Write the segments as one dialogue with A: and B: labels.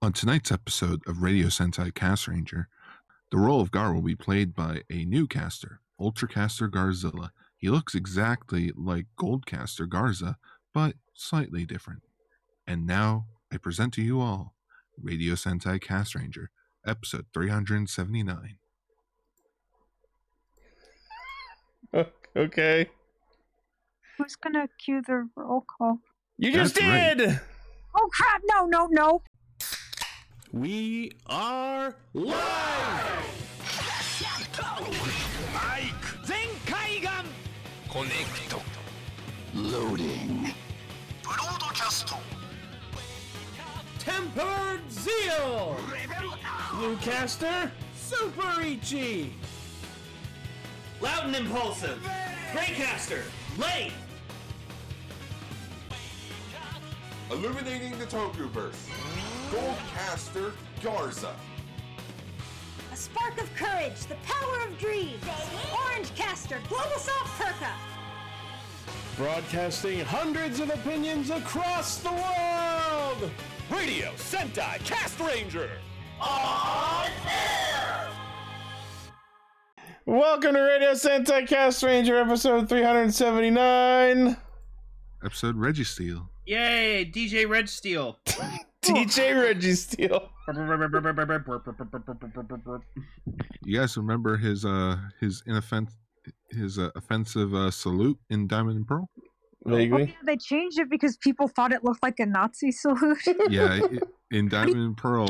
A: On tonight's episode of Radio Sentai Cast Ranger, the role of Gar will be played by a new caster, Ultracaster Garzilla. He looks exactly like Goldcaster Garza, but slightly different. And now, I present to you all Radio Sentai Cast Ranger, episode 379.
B: Okay.
C: Who's gonna cue the roll call?
B: You just
A: That's right.
B: did.
C: Oh crap! No, no, no!
D: We are live!
E: 全海岸コネクト
F: Loading. ブロードキャスト
D: Tempered Zeal! Bluecaster, Super Ichi! Loud and Impulsive, Greycaster, Late!
G: Illuminating the Tokuverse. Goldcaster Garza.
H: A spark of courage, the power of dreams. Orange caster, global soft perka.
D: Broadcasting hundreds of opinions across the world!
E: Radio Sentai Cast Ranger
B: Welcome to Radio Sentai Cast Ranger episode 379.
A: Episode Registeel.
I: Yay, DJ Red Steel.
B: DJ
A: Oh.
B: Reggie Steele.
A: You guys remember his uh his inoffen his uh, offensive uh, salute in Diamond and Pearl?
C: Oh,
B: Vaguely.
C: yeah, they changed it because people thought it looked like a Nazi salute.
A: Yeah, it- in Diamond and Pearl.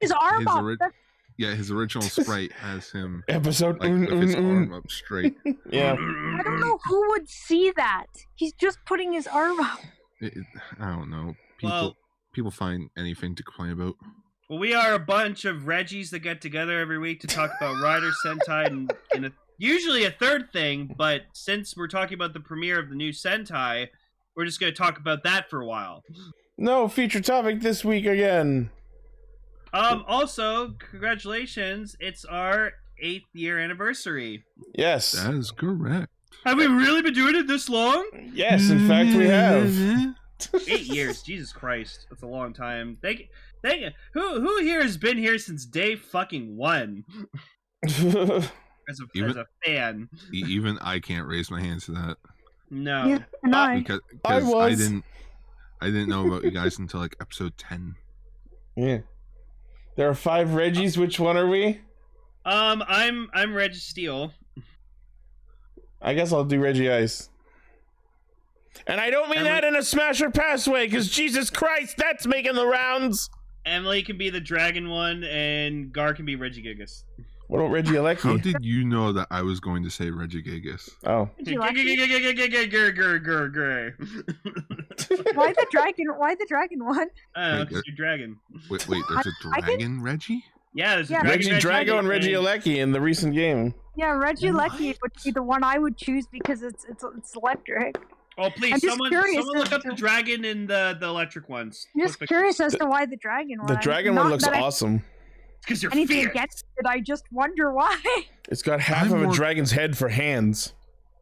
C: His arm
A: His
C: up.
A: ori-
C: That's-
A: yeah, his original sprite has him
B: Episode.
A: like
B: mm,
A: with his
B: mm, mm.
A: arm up straight.
B: Yeah.
C: I don't know who would see that. He's just putting his arm up.
A: It- it- I don't know. People
I: Well-
A: people find anything to complain about.
I: Well, we are a bunch of Reggies that get together every week to talk about Rider Sentai and, and a, usually a third thing, but since we're talking about the premiere of the new Sentai, we're just going to talk about that for a while.
B: No feature topic this week again.
I: Um, also, congratulations, it's our eighth year anniversary.
B: Yes.
A: That is correct.
I: Have we really been doing it this long?
B: yes, in fact, we have.
I: Eight years, Jesus Christ, that's a long time. Thank, thank. Who who here has been here since day fucking one? as a,
A: Even-
I: as a fan.
A: E- Even I can't raise my hands to that
I: No.
C: Yeah, and I.
A: because 'cause
B: I
A: I,
B: was.
A: didn't I didn't know about you guys until like episode ten.
B: yeah. There are five Reggies. Which one are we?
I: Um, I'm I'm Reg Steele.
B: I guess I'll do Reggie Ice. And I don't mean
I: Emily-
B: that in a smasher pass way, because Jesus Christ, that's making the rounds.
I: Emily can be the dragon one, and Gar can be Reggie Gigas.
B: What about Reggie
A: How
B: Alecki?
A: did you know that I was going to say Regigigas?
B: oh.
C: Would you like it?
I: Oh,
C: Why the dragon? Why the dragon one?
I: because you're Uh, dragon.
A: Wait, wait, there's a
C: I- I think-
A: dragon Reggie?
I: Yeah, there's a
C: Yeah.
I: dragon.
B: Reggie Drago and Reggie Alecki in the recent game.
C: Yeah, Reggie Lucky would be the one I would choose because it's it's, it's electric.
I: Oh,
C: I'm
I: please,
C: just
I: someone,
C: curious
I: someone look
C: as
I: up the
C: to-
I: dragon and the the electric ones.
C: I'm just curious as to why the dragon one.
B: The dragon one
C: Not
B: looks
C: that I have
B: awesome.
I: Because you're
C: Anything
I: fierce.
C: against it? I just wonder why.
B: It's got half
A: I'm
B: of a
A: more-
B: dragon's head for hands.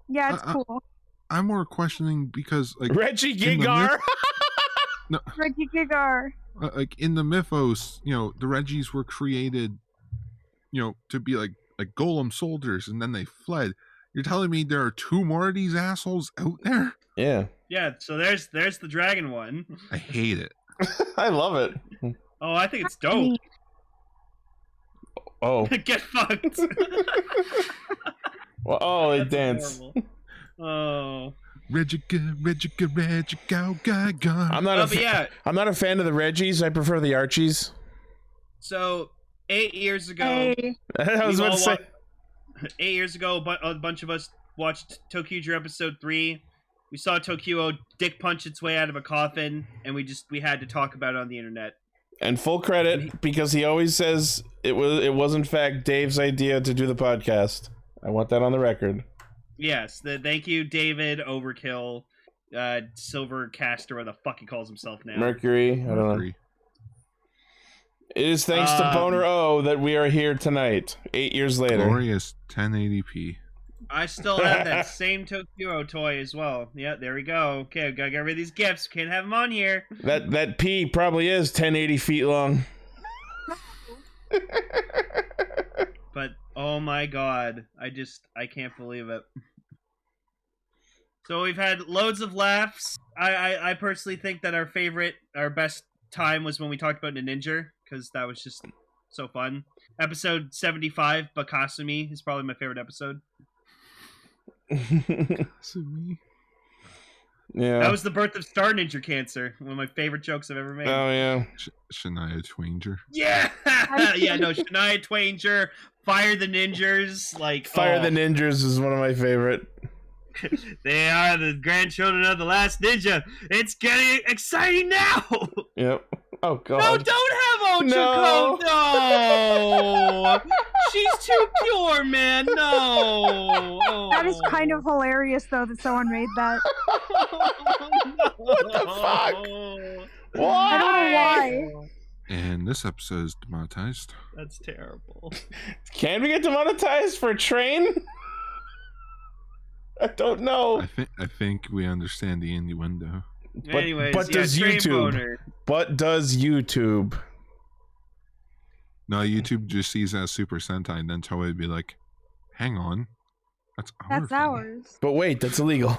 C: yeah, it's
A: Uh, uh,
C: cool.
A: I'm more questioning because like
B: Reggie
A: in the
B: Gigar.
C: Reggie Gigar.
A: uh, like in the mythos, you know, the Reggies were created, you know, to be like like golem soldiers, and then they fled. You're telling me there are two more of these assholes out there?
B: yeah,
I: Yeah, so there's there's the dragon one.
A: I hate it.
B: I love it.
I: Oh, I think it's dope.
B: Oh,
I: Get fucked.
B: well, oh, they
I: That's
B: dance.
I: horrible. Oh.
A: Regiga, Regiga, Regiga, Gaga.
B: I'm not.
I: Oh,
B: a
I: but
B: fa-
I: yeah.
B: I'm not a fan of the Reggies. I prefer the Archies.
I: So eight years ago,
C: Hey,
B: I was
I: we've
B: about to
I: all
B: say.
I: wa- eight years ago, a, bu- a bunch of us watched Tokyo episode three. We saw Tokyo dick punch its way out of a coffin, and we just we had to talk about it on the internet.
B: And full credit because he always says it was. It was in fact Dave's idea to do the podcast. I want that on the record.
I: Yes, the, thank you, David Overkill, uh, Silver Caster, what the fuck he calls himself now.
B: Mercury. I don't know.
A: Mercury.
B: It is thanks to
I: Um,
B: Boner O that we are here tonight, eight years later.
A: Glorious 1080p.
I: I still have that same Tokyo toy as well. Yeah, there we go. Okay, I gotta get rid of these gifts. Can't have them on here.
B: That that P probably is 1080 feet long.
I: But oh my god, I just I can't believe it. So we've had loads of laughs. I I, I personally think that our favorite, our best time was when we talked about Ninja because that was just so fun. Episode seventy five, Bakasumi is probably my favorite episode.
B: yeah.
I: That was the birth of Star Ninja Cancer, one of my favorite jokes I've ever made.
B: oh yeah.
A: Sh- Shania Twanger.
I: Yeah, yeah, no, Shania Twanger, Fire the Ninjas, like
B: Fire
I: oh,
B: the Ninjas is one of my favorite.
I: They are the grandchildren of the last ninja. It's getting exciting now.
B: Yep. Oh god.
I: No, don't have
B: No.
I: Ochako. No, she's too pure, man. No, oh.
C: That is kind of hilarious, though, that someone made that.
I: Oh, what
B: the
I: fuck?
C: I don't know why.
A: And this episode is demonetized.
I: That's terrible.
B: Can we get demonetized for a train? I don't know.
A: I think I think we understand the innuendo.
B: But-
I: Anyways,
B: but
I: yeah,
B: does
I: train
B: YouTube?
I: boner.
B: But does YouTube?
A: No, YouTube just sees that as Super Sentai, and then Toei would be like, "Hang on, that's our
C: That's
A: thing.
C: ours.
B: But wait, that's illegal.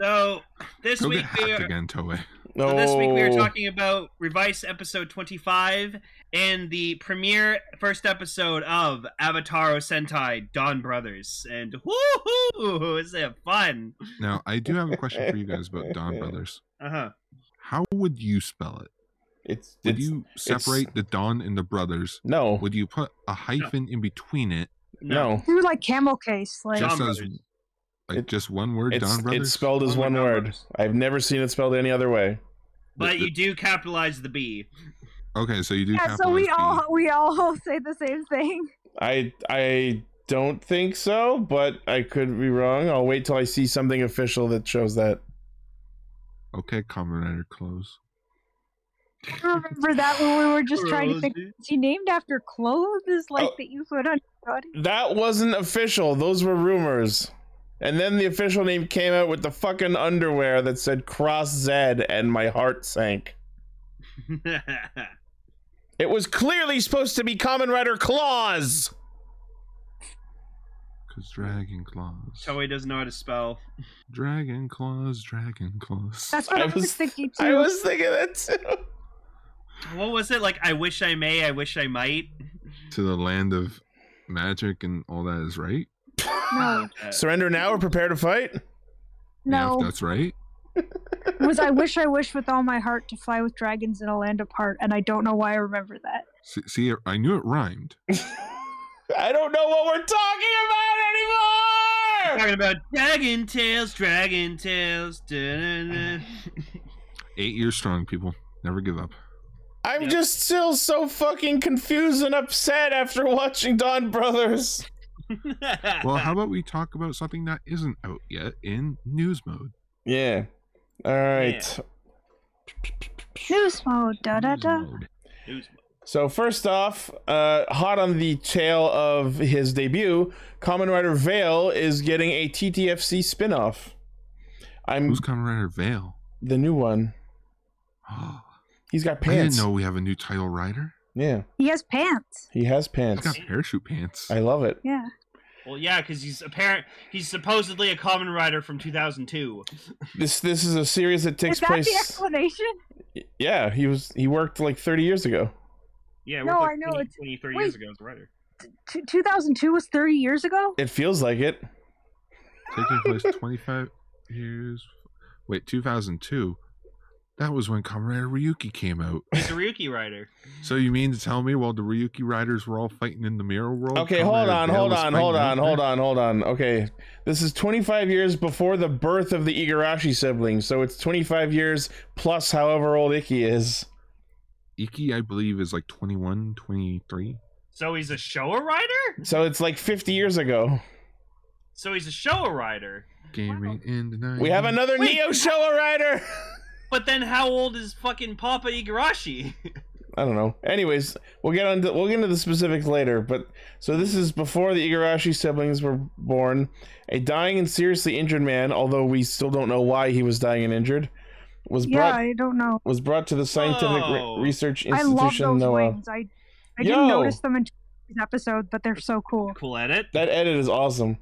I: So this
A: Go
I: week
A: get
I: we
A: hacked
I: are
A: again, Toei.
B: No.
I: So this week we are talking about Revice episode 25 and the premiere first episode of Avatar Sentai Dawn Brothers. And woohoo! Is it fun?
A: Now, I do have a question for you guys about Don Brothers.
I: Uh huh.
A: How would you spell it?
B: It's,
A: Would
B: it's
A: you separate the Don and the Brothers?
B: no,
A: Would you put a hyphen in between it,
B: no.
C: Do like camel case, like
I: John
A: just as
I: Brothers.
A: like
B: It-
A: just one word,
B: It's,
A: Don Brothers?
B: it's spelled as
I: Only
B: one
I: Don
B: word.
I: Brothers.
B: I've never seen it spelled any other way.
I: But you do capitalize the B.
A: okay, so you do.
C: yeah. So we
A: capitalize
C: all we all say the same thing.
B: I I don't think so, but I could be wrong. I'll wait till I see something official that shows that.
A: the- Okay, Kamen Rider close.
C: I remember that when we were just trying to think.
I: Rosie.
C: Is he named after clothes like
B: Oh.
C: that you put on your body?
B: That wasn't official. Those were rumors. And then the official name came out with the fucking underwear that said Cross Z, and my heart sank. It was clearly supposed to be Common Rider Claws.
A: Cause dragon claws,
I: Toei doesn't know how to spell.
A: dragon claws, dragon claws.
C: That's what
B: I
C: I was,
B: was-
C: thinking too.
B: I was thinking that too.
I: What was it? Like, I wish I may, I wish I might.
A: to the land of magic and all that is right.
C: no,
I: Uh,
B: Surrender now or prepare to fight.
A: Yeah, if
C: no.
A: that's right.
C: It was I wish I wish with all my heart to fly with dragons in a land apart, and I don't know why I remember that.
A: See, see, I knew it rhymed.
B: I don't know what we're talking about anymore.
I: Talking about Dragon Tales, Dragon Tales. da-da-da.
A: Eight years strong, people. Never give up.
B: I'm
I: Yep.
B: just still so fucking confused and upset after watching Don Brothers.
A: Well, how about we talk about something that isn't out yet in news mode?
B: Yeah. All right.
C: News mode, da da
A: News
C: da.
A: mode.
B: So first off, uh, hot on the tail of his debut, Common Rider Vale is getting a TTFC spin-off. I'm
A: Who's Kamen Rider Veil?
B: the new one.
A: Oh,
B: He's got
A: I didn't
B: pants.
A: know we have a new title rider.
B: Yeah,
C: He has pants.
B: he has
A: He's
B: pants.
A: got parachute pants.
B: I love it.
C: Yeah.
I: Well, yeah, because he's apparent. He's supposedly a common rider from 2002.
B: This this is a series that takes
C: Is that the
B: place.
C: explanation?
B: Yeah, he was he worked like 30 years ago.
I: Yeah,
C: No, I know, it's-
I: 23
C: wait.
I: years ago as a writer.
C: T- 2002 was 30 years ago?
B: It feels like it.
A: Taking place 25 years. Wait, 2002? That was when Kamen Rider Ryuki came out.
I: He's a Ryuki rider.
A: So you mean to tell me while the Ryuki riders were all fighting in the mirror world?
B: Okay,
A: Kamen
B: hold
A: Rider
B: on,
A: Veil
B: hold
A: was
B: on,
A: fighting
B: hold
A: out
B: on, hold
A: there?
B: on, hold on. Okay, this is 25 years before the birth of the Igarashi siblings, so it's 25 years plus however old Ikki is.
A: Iki, I believe, is like 21, 23.
I: So he's a Showa rider.
B: So it's like 50 years ago.
I: So he's a Showa rider.
A: Gaming in the night.
B: We have another
I: Wait.
B: Neo Showa rider.
I: But then, how old is fucking Papa Igarashi?
B: I don't know. Anyways, we'll get on. To, we'll get into the specifics later. But so this is before the Igarashi siblings were born. A dying and seriously injured man, although we still don't know why he was dying and injured, was
C: Yeah,
B: brought
C: I don't know.
B: was brought to the scientific re-
I: Whoa.
B: research
C: I love
B: institution
C: those
B: NOAA.
C: wings. I I didn't
B: Yo!
C: notice them until this episode, but they're so cool.
I: Cool edit.
B: That edit is awesome.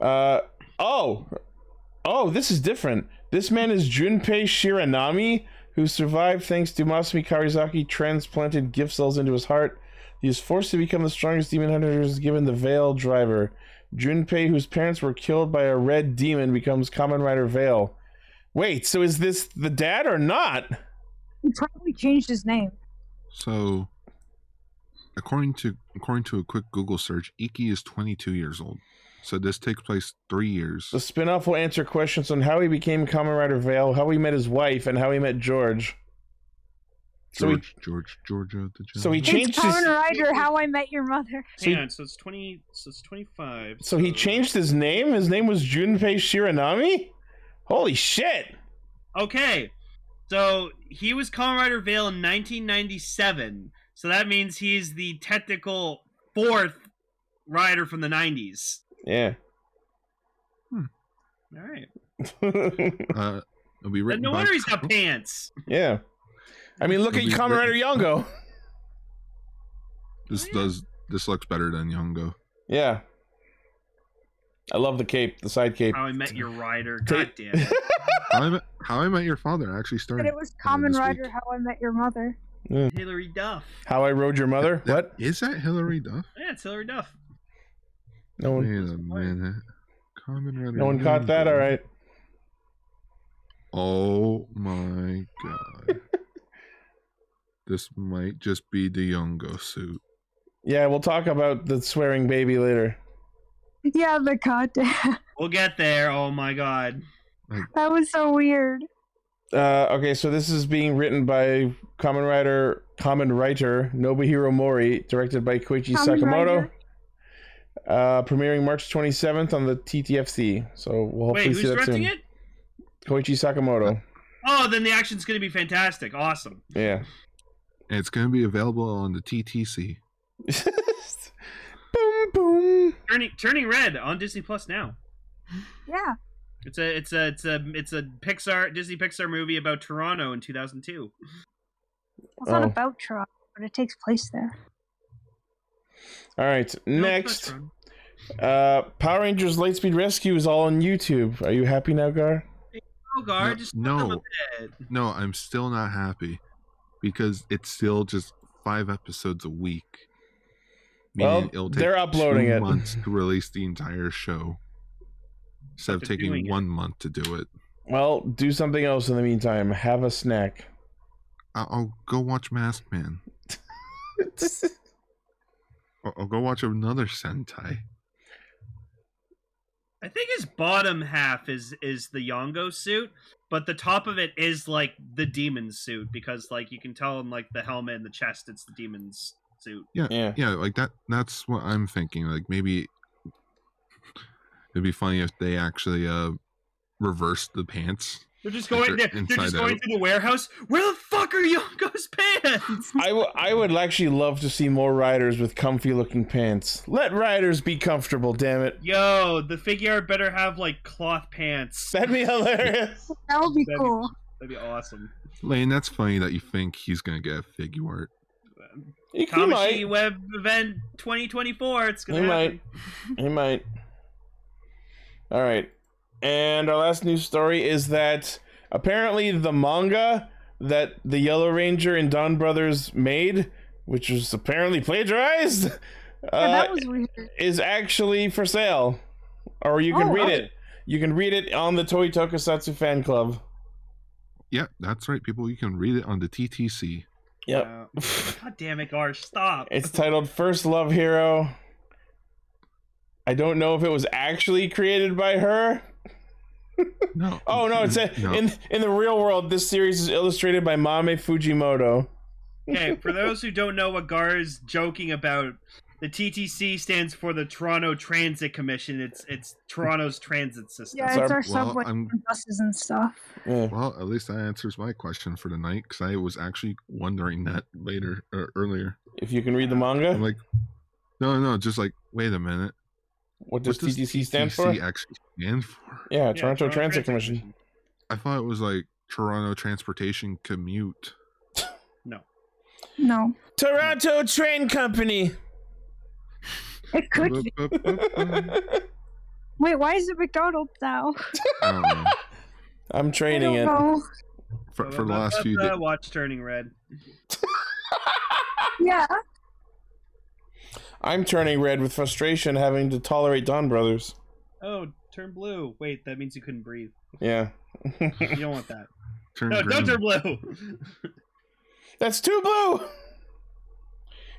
B: Uh, oh, oh, this is different. This man is Junpei Shiranami, who survived thanks to Masumi Karizaki transplanted gift cells into his heart. He is forced to become the strongest demon hunter who is given the Veil Driver. Junpei, whose parents were killed by a red demon, becomes Kamen Rider Veil. Wait, so is this the dad or not?
C: He probably changed his name.
A: So, according to according to a quick Google search, Iki is 22 years old. So this takes place three years.
B: The spinoff will answer questions on how he became Kamen Rider Veil, how he met his wife, and how he met George. so we-
A: George, George, Georgia, the
B: So he
A: Giant.
B: changed
C: It's
B: his
C: Kamen Rider How I Met Your Mother.
B: So-
I: Hang on, so it's twenty. So it's twenty-five.
B: So he changed his name. His name was Junpei Shiranami. Holy shit!
I: Okay, so he was Kamen Rider Vale in 1997. So that means he's the technical fourth rider from the 90s.
B: Yeah.
I: All right.
A: Uh, it'll be
I: Then
A: written
I: no
A: by
I: wonder he's got pants.
B: yeah. I mean, look at
A: It'll be
B: Kamen Rider
A: written-
B: Yongo.
A: This does this looks better than Yongo.
B: Yeah. I love the cape, the side cape.
I: How I met your rider.
B: Ta-
I: God damn. it.
A: How I Met, How I Met Your Father actually
C: But
A: started.
C: it was
A: earlier
C: Kamen
A: this
C: Rider
A: week.
C: How I Met Your Mother.
I: Hillary Duff.
B: How I rode your mother?
A: That-
B: What?
A: is that? Hillary Duff?
I: Yeah, it's Hillary Duff.
B: No
A: Wait
B: one,
A: a minute. Common Rider.
B: no one caught that.
A: Yongo.
B: All right.
A: Oh my god. this might just be the Yongo suit.
B: Yeah, we'll talk about the swearing baby later.
C: Yeah, the cut. that
I: We'll get there. Oh my god.
C: was so weird.
B: Uh, okay, so this is being written by Kamen Rider, Kamen Writer Nobuhiro Mori, directed by Koichi
C: Kamen
B: Sakamoto.
C: Rider.
B: Uh, premiering March 27th on the TTFC. So we'll hopefully
I: Wait, who's
B: see that
I: directing
B: soon.
I: it?
B: Koichi Sakamoto.
I: Oh, then the action's going to be fantastic. Awesome.
B: Yeah.
A: And it's going to be available on the TTC.
B: boom, boom.
I: Turning Turning Red on Disney Plus now.
C: Yeah.
I: It's a it's a it's a it's a Pixar Disney Pixar movie about Toronto in 2002.
C: It's not
B: Oh.
C: about Toronto, but it takes place there.
B: All right.
I: No,
B: Next,
I: that's wrong.
B: uh, Power Rangers Lightspeed Rescue is all on YouTube. Are you happy now, Gar?
I: Oh, Gar, just
A: no,
I: come
A: no, no, I'm still not happy because it's still just five episodes a week.
B: Well,
A: Meaning
B: they're uploading
A: two
B: it.
A: months to release the entire show instead of
I: But they're doing
A: taking
I: it.
A: one month to do it.
B: Well, do something else in the meantime. Have a snack.
A: I'll, I'll go watch Mask Man. I'll, I'll go watch another Sentai.
I: I think his bottom half is is the Yongo suit, but the top of it is like the demon suit because like you can tell in like the helmet and the chest, it's the demon's suit.
B: yeah.
A: Yeah, like that. That's what I'm thinking. Like maybe it'd be funny if they actually uh reversed the pants.
I: They're just
A: They're
I: going they're, they're
A: inside
I: just going
A: out.
I: through the warehouse. Where the fuck are Yongo's pants?
B: I, w- I would actually love to see more riders with comfy looking pants. Let riders be comfortable, damn it.
I: Yo, the figure better have like cloth pants.
B: That'd be hilarious.
C: That would be
I: That'd be-
C: cool.
I: That'd be awesome.
A: Lane, that's funny that you think he's gonna get a figure art.
B: He, he
I: Kamashi
B: might.
I: Web Event 2024. It's gonna
B: He
I: happen.
B: might. He might. All right. And our last news story is that apparently the manga that the Yellow Ranger and Don Brothers made, which was apparently plagiarized,
C: Yeah,
B: uh,
C: that was weird.
B: is actually for sale. Or you can
C: Oh,
B: read
C: wow.
B: it. You can read it on the Toei Tokusatsu fan club.
A: Yeah, that's right, people. You can read it on the TTC.
B: Yep.
I: Uh, God damn it, Garsh, stop.
B: It's titled First Love Hero. I don't know if it was actually created by her.
A: No.
B: Oh no, it's a,
A: no.
B: in in the real world this series is illustrated by Mame Fujimoto.
I: Okay, for those who don't know what Gar is joking about, the TTC stands for the Toronto Transit Commission. It's it's Toronto's transit system.
C: Yeah,
B: Sorry,
C: it's our
A: well,
C: subway
A: I'm-
C: and buses and stuff.
B: Yeah.
A: Well, at least that answers my question for tonight because I was actually wondering that later or earlier.
B: If you can read the
A: I'm
B: manga,
A: like, no, no, just like, wait a minute.
B: what does
A: what does
B: TTC stand for?
A: TTC actually stand for?
B: Yeah, Toronto, Transit Commission.
A: I thought it was like Toronto Transportation Commute.
C: No,
B: Toronto Train Company.
C: it could. be. Wait, why is it McDonald's now?
A: Um,
B: I'm
C: I
B: training
C: don't
B: it.
C: know.
A: for, for the last few days.
I: uh, watch turning red.
C: Yeah,
B: I'm turning red with frustration having to tolerate Don Brothers.
I: Oh, turn blue. Wait, that means you couldn't breathe.
B: Yeah.
I: You don't want that.
A: Turn
I: No,
A: green.
I: don't turn blue.
B: That's too blue.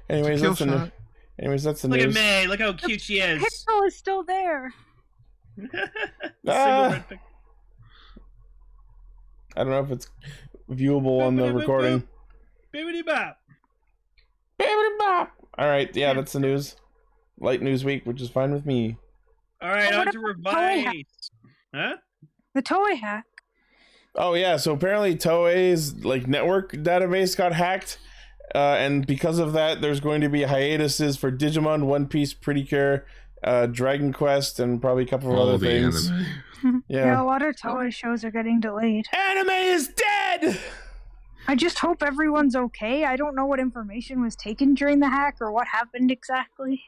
B: Anyways,
A: kill
B: that's the new-
A: shot.
B: anyways that's the
I: Look at
B: news.
I: May. Look how cute she is.
C: Pixel is still there.
B: Ah.
I: Single red pic-
B: I don't know if it's viewable on the recording.
I: Bibbidi bop.
B: All right, yeah, that's the news. Light news week, which is fine with me.
I: All right,
C: Oh,
I: on
C: what
I: to
C: about Toei
I: revise. Huh?
C: The toy hack.
B: Oh yeah, so apparently Toei's like network database got hacked, uh, and because of that, there's going to be hiatuses for Digimon, One Piece, Pretty Cure, uh, Dragon Quest, and probably a couple of
A: All
B: other
A: the
B: things.
A: anime.
C: Yeah.
B: Yeah.
C: a lot of toy shows are getting delayed.
B: anime is dead.
C: I just hope everyone's okay. I don't know what information was taken during the hack or what happened exactly.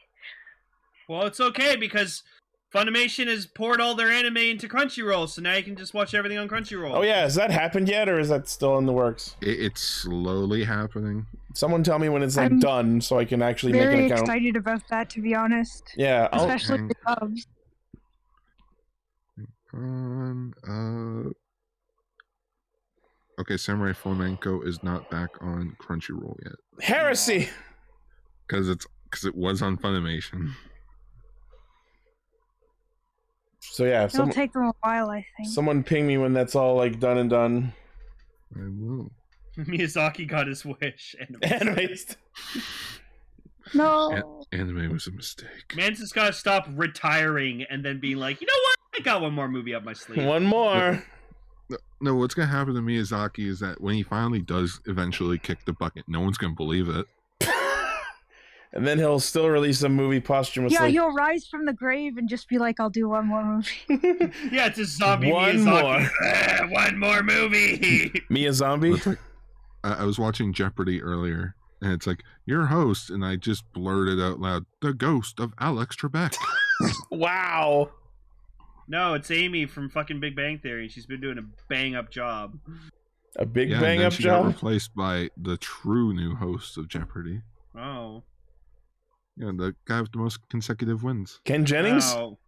I: Well, it's okay because Funimation has poured all their anime into Crunchyroll, so now you can just watch everything on Crunchyroll.
B: Oh yeah, has that happened yet, or is that still in the works?
A: It, it's slowly happening.
B: Someone tell me when it's like
C: I'm
B: done, so I can actually make an
C: Very
B: account.
C: excited about that, to be honest.
B: Yeah, Oh. I'll-
C: Especially
A: hang-
C: the Cubs.
A: On uh, okay, Samurai Flamenco is not back on Crunchyroll yet
B: heresy.
A: because it's because it was on Funimation.
B: So yeah,
C: It'll
B: some,
C: take them a while, I think.
B: someone ping me when that's all like done and done.
A: I will.
I: Miyazaki got his wish. And
B: Animes.
C: no.
A: Anime was a mistake.
I: Man's just gotta stop retiring and then being like, you know what? I got one more movie up my sleeve.
B: One more.
A: No, what's gonna happen to Miyazaki is that when he finally does eventually kick the bucket, no one's gonna believe it.
B: and then he'll still release a movie posthumously.
C: Yeah, he'll rise from the grave and just be like, I'll do one more movie.
I: Yeah, it's a zombie
B: One
I: Miyazaki. Ah, one more movie.
B: Me a zombie.
A: It's like- I, I was watching Jeopardy earlier, and it's like your host, and I just blurted out loud, "The ghost of Alex Trebek."
B: wow.
I: no, it's Amy from fucking Big Bang Theory. She's been doing a bang up job.
B: A big
A: and
B: bang
A: then
B: up
A: she got
B: job.
A: replaced by the true new host of Jeopardy.
I: Oh.
A: Yeah, the guy with the most consecutive wins.
B: Ken Jennings.
I: Oh,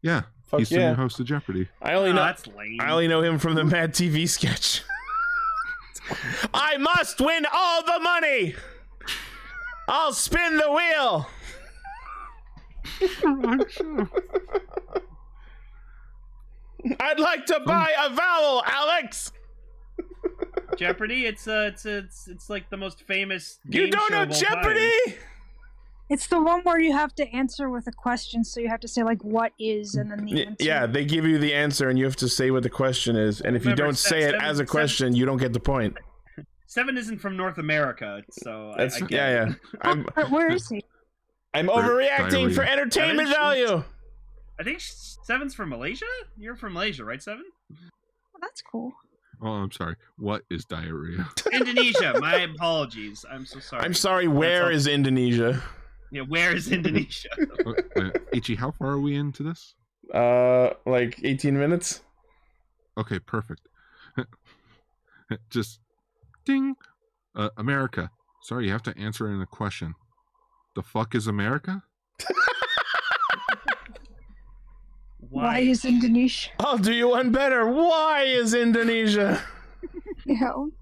A: Yeah,
B: Fuck
A: he's the
B: yeah.
A: new host of Jeopardy.
B: I only
I: Oh,
B: know.
I: that's lame.
B: I only know him from the Mad TV sketch. I must win all the money. I'll spin the wheel. I'd like to buy a vowel, Alex.
I: Jeopardy. It's uh, it's it's it's like the most famous.
B: You
I: game
B: don't
I: show
B: know
I: of all
B: Jeopardy?
I: time.
C: it's the one where you have to answer with a question, so you have to say, like, what is, and then the
B: Y-
C: answer.
B: Yeah, they give you the answer and you have to say what the question is. And if you
I: Remember,
B: don't
I: se-
B: say it
I: seven-
B: as a
I: seven-
B: question, you don't get the point.
I: Seven isn't from North America, so I, I
B: That's
I: get it.
B: yeah, yeah. I'm
C: But where is he?
B: I'm
A: diarrhea.
B: overreacting for entertainment
I: Dimensions.
B: value.
I: I think s- Seven's from Malaysia. You're from Malaysia, right? Seven.
C: Well, that's cool.
A: Oh, I'm sorry. What is diarrhea?
I: Indonesia. My apologies. I'm so sorry.
B: I'm sorry, where
I: all.
B: is Indonesia?
I: Yeah, where is Indonesia?
A: Uh, uh, Ichi, how far are we into this?
B: Uh like 18 minutes?
A: Okay, perfect. Just ding. Uh, America. Sorry, you have to answer in a question. The fuck is America?
I: Why?
C: Why, is Indonesia?
B: I'll do you one better. Why is Indonesia?
C: Yeah.
I: All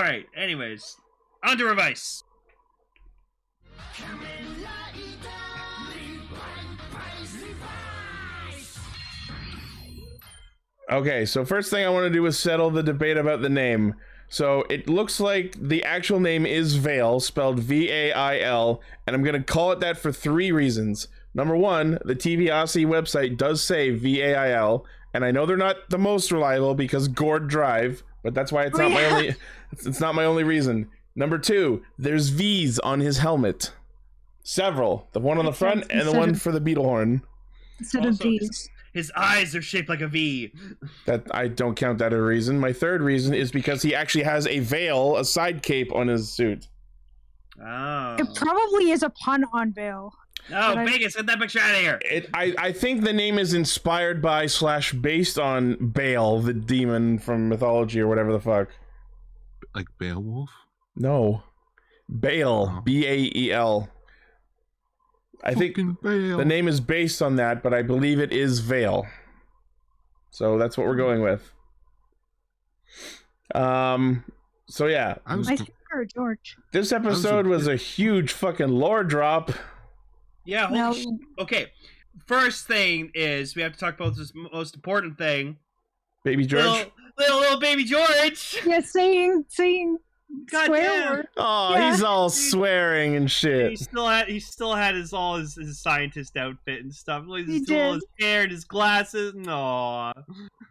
I: right. Anyways, on to revise.
B: Okay, so first thing I want to do is settle the debate about the name. So it looks like the actual name is Vale, spelled V A I L, and I'm going to call it that for three reasons. Number one, the TV Aussie website does say V A I L, and I know they're not the most reliable because Gord Drive, but that's why it's not my
C: Yeah.
B: only. It's, it's not my only reason. Number two, there's V's on his helmet, several. The one on the
C: Makes sense
B: front and the one
C: instead of-
B: for the beetle horn.
C: Instead
I: Also,
C: of these.
I: His eyes are shaped like a V.
B: That I don't count that a reason. My third reason is because he actually has a veil, a side cape on his suit.
I: Oh.
B: uh,
C: It probably is a pun on Veil.
I: Oh,
C: but I-
I: Vegas, get that picture out of here.
B: It, I, I think the name is inspired by slash based on Bale, the demon from mythology or whatever the fuck.
A: Like Beowulf?
B: No, Bale,
A: Oh.
B: B A E L. I think
A: Fucking Bale.
B: the name is based on that, but I believe it is Vale. So that's what we're going with. Um. So yeah,
A: I was
C: I think you're George.
B: this episode was a huge fucking lore drop. Oh,
I: Yeah, holy
C: No,
I: sh- okay. First thing is we have to talk about this m- most important thing.
B: Baby George.
I: Little, little, little baby George.
C: yeah, saying saying
I: God
C: swear
I: damn.
C: word.
B: Oh,
C: Yeah.
B: he's all swearing and
I: He
B: shit.
I: still had he still had his all his, his scientist outfit and stuff. Like
C: He
I: his, all
C: did.
I: his hair and his glasses. Aw.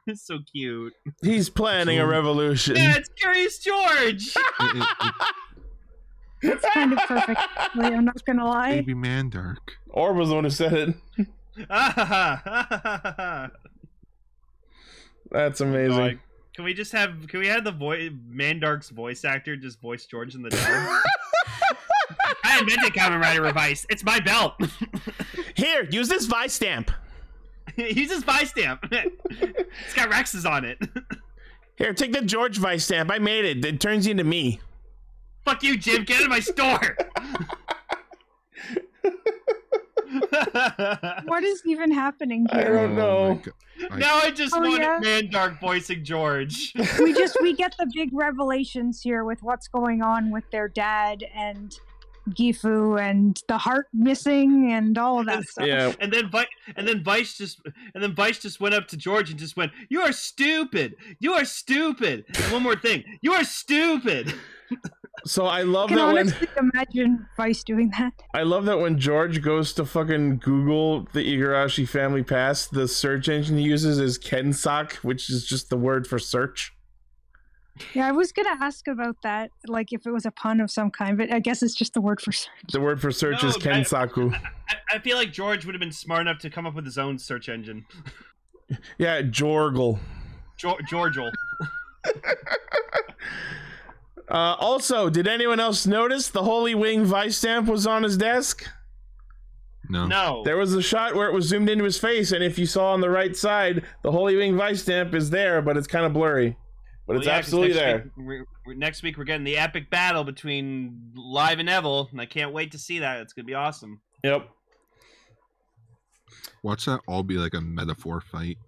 I: It's so cute.
B: He's planning a revolution.
I: Yeah, it's Curious George.
A: it- it- it-
C: It's kind of perfect. actually, I'm not gonna lie.
A: baby Mandark.
B: Orb was the one who said it.
I: Amazing.
B: That's amazing.
I: Can we just have can we have the voice Mandark's voice actor just voice George in the dub? I invented Kamen Rider Revice. It's my belt.
D: Here, use this vice stamp.
I: Use his buy stamp. it's got Rexes on it.
D: Here, take the George vice stamp. I made it. It turns you into me.
I: Fuck you, Jim. Get out of my store.
C: What is even happening
B: I
C: here?
B: don't know.
A: my go-
I: now I just
C: Oh,
I: wanted
C: yeah?
I: Mandark voicing George.
C: we just we get the big revelations here with what's going on with their dad and Gifu and the heart missing and all of that stuff.
B: Yeah.
I: And then Vi- and then Vice just and then Vice just went up to George and just went, "You are stupid. You are stupid." And one more thing, you are stupid.
B: So I
C: I
B: love
C: can
B: that when
C: honestly imagine Vice doing that.
B: I love that when George goes to fucking Google the Igarashi family past, the search engine he uses is Kensock, which is just the word for search.
C: Yeah, I was gonna ask about that, like if it was a pun of some kind, but I guess it's just the word for search.
B: The word for search
I: No,
B: is
I: I-
B: Kensaku.
I: I, I feel like George would have been smart enough to come up with his own search engine,
B: yeah, Jorgle.
I: jo- Georgial.
B: Uh, also, did anyone else notice the Holy Wing vice stamp was on his desk?
A: No.
I: No,
B: There was a shot where it was zoomed into his face, and if you saw on the right side, the Holy Wing vice stamp is there, but it's kind of blurry. But it's
I: Well, yeah, 'cause
B: absolutely
I: next
B: there.
I: Week, we're, we're- next week we're getting the epic battle between Live and Evil, and I can't wait to see that. It's gonna be awesome.
B: Yep.
A: Watch that all be like a metaphor fight.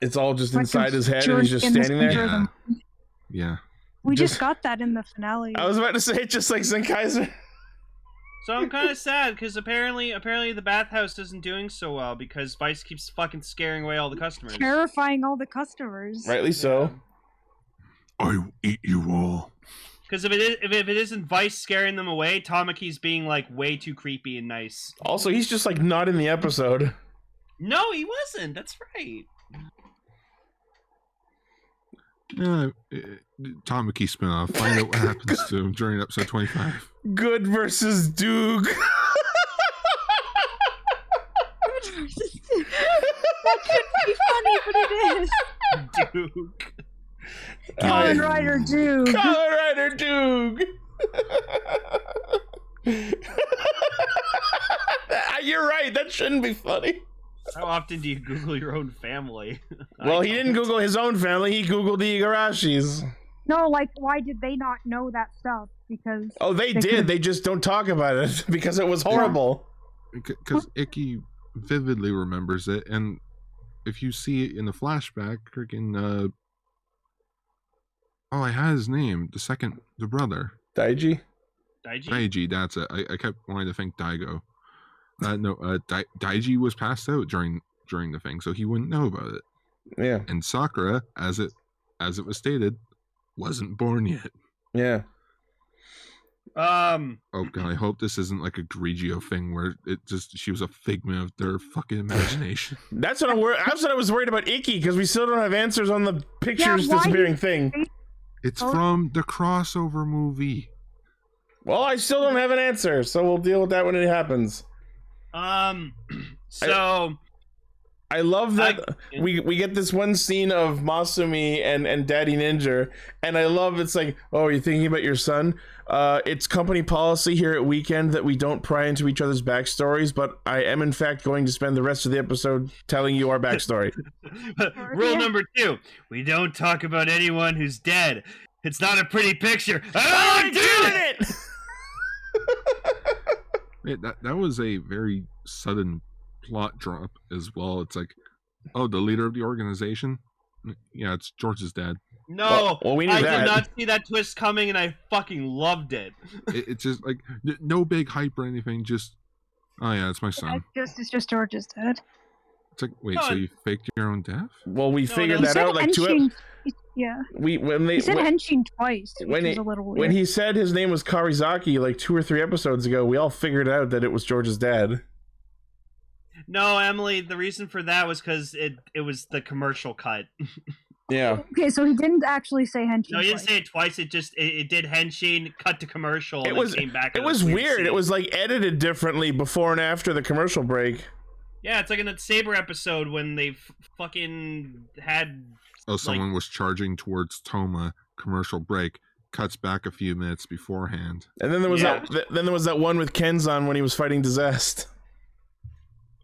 B: It's all just
C: Like
B: inside
C: those
B: his head, and he's just
C: jerk in the
B: standing there.
C: center. Sure,
A: Yeah.
C: then.
A: Yeah.
C: We just,
B: Just-
C: got that in the finale.
B: I was about to say, just like Zenkaiser.
I: So I'm kind of sad because apparently, apparently the bathhouse isn't doing so well because Vice keeps fucking scaring away all the customers.
C: Terrifying all the customers.
B: Rightly so.
A: I will eat you all.
I: Because if it is, if, if it isn't Vice scaring them away, Tamaki's being like way too creepy and nice.
B: Also, he's just like not in the episode.
I: No, he wasn't. That's right.
A: Yeah, uh, Tamaki spinoff. Find out what happens to him during episode 25.
B: Good versus Duke.
C: that shouldn't be funny, but it is.
I: Duke.
C: Common
B: I-
C: Rider dude.
B: Kamen Rider Duke. You're right. That shouldn't be funny.
I: How often do you Google your own family? I
B: Well, he
I: don't.
B: didn't Google his own family. He Googled the Igarashis.
C: No, like why did they not know that stuff? Because
B: Oh, they
C: They
B: did.
C: could've-
B: They just don't talk about it because it was horrible.
A: Because Icky vividly remembers it. And if you see it in the flashback, freaking. Uh... Oh, I had his name. The second, the brother.
B: Daiji.
I: Daiji?
A: Daiji, that's it. I, I kept wanting to think Daigo. Uh, no, uh, Dai- Daiji was passed out during during the thing, so he wouldn't know about it.
B: Yeah.
A: And Sakura, as it as it was stated, wasn't born yet.
B: Yeah.
I: Um.
A: Oh god, I hope this isn't like a Grigio thing where it just she was a figment of their fucking imagination.
B: That's what I wor- That's what I was worried about Icky because we still don't have answers on the pictures
C: why
B: disappearing thing.
A: It's
C: Oh.
A: from the crossover movie.
B: Well, I still don't have an answer, so we'll deal with that when it happens.
I: Um. So,
B: I love that we we get this one scene of Masumi and and Daddy Ninja, and I love it's like, oh, are you thinking about your son? Uh, it's company policy here at Weekend that we don't pry into each other's backstories, but I am in fact going to spend the rest of the episode telling you our backstory.
I: Rule number two: we don't talk about anyone who's dead. It's not a pretty picture. I don't do it.
A: Yeah, that that was a very sudden plot drop as well. It's like, oh, the leader of the organization. Yeah, it's George's dad.
I: No,
B: Well- well, we knew
I: I
B: that.
I: did not see that twist coming, and I fucking loved it.
A: It, it's just like n- no big hype or anything. Just oh yeah, it's my son.
C: Just it's just George's dad.
A: It's like wait,
I: No,
A: so
I: it-
A: you faked your own death?
B: Well, we
I: No,
B: figured
I: no.
B: that out like two. ep-
C: Henshin- yeah,
B: We when they
C: he said
B: when-
C: Henshin twice, which
B: when
C: is
B: he-
C: a little weird.
B: when he said his name was Karizaki like two or three episodes ago, we all figured out that it was George's dad.
I: No, Emily, the reason for that was because it it was the commercial cut.
B: Yeah.
C: okay, so he didn't actually say Henshin.
I: No, you didn't
C: twice.
I: say it twice. It just it, it did Henshin cut to commercial.
B: It
I: and
B: was-
I: it came back.
B: It
I: and was
B: was weird.
I: scene.
B: It was like edited differently before and after the commercial break.
I: yeah, it's like in that Saber episode when they f- fucking had
A: Oh, someone was charging towards Toma. Commercial break cuts back a few minutes beforehand.
B: And then there was
I: Yeah.
B: that th- then there was that one with Kenzan when he was fighting Dizest.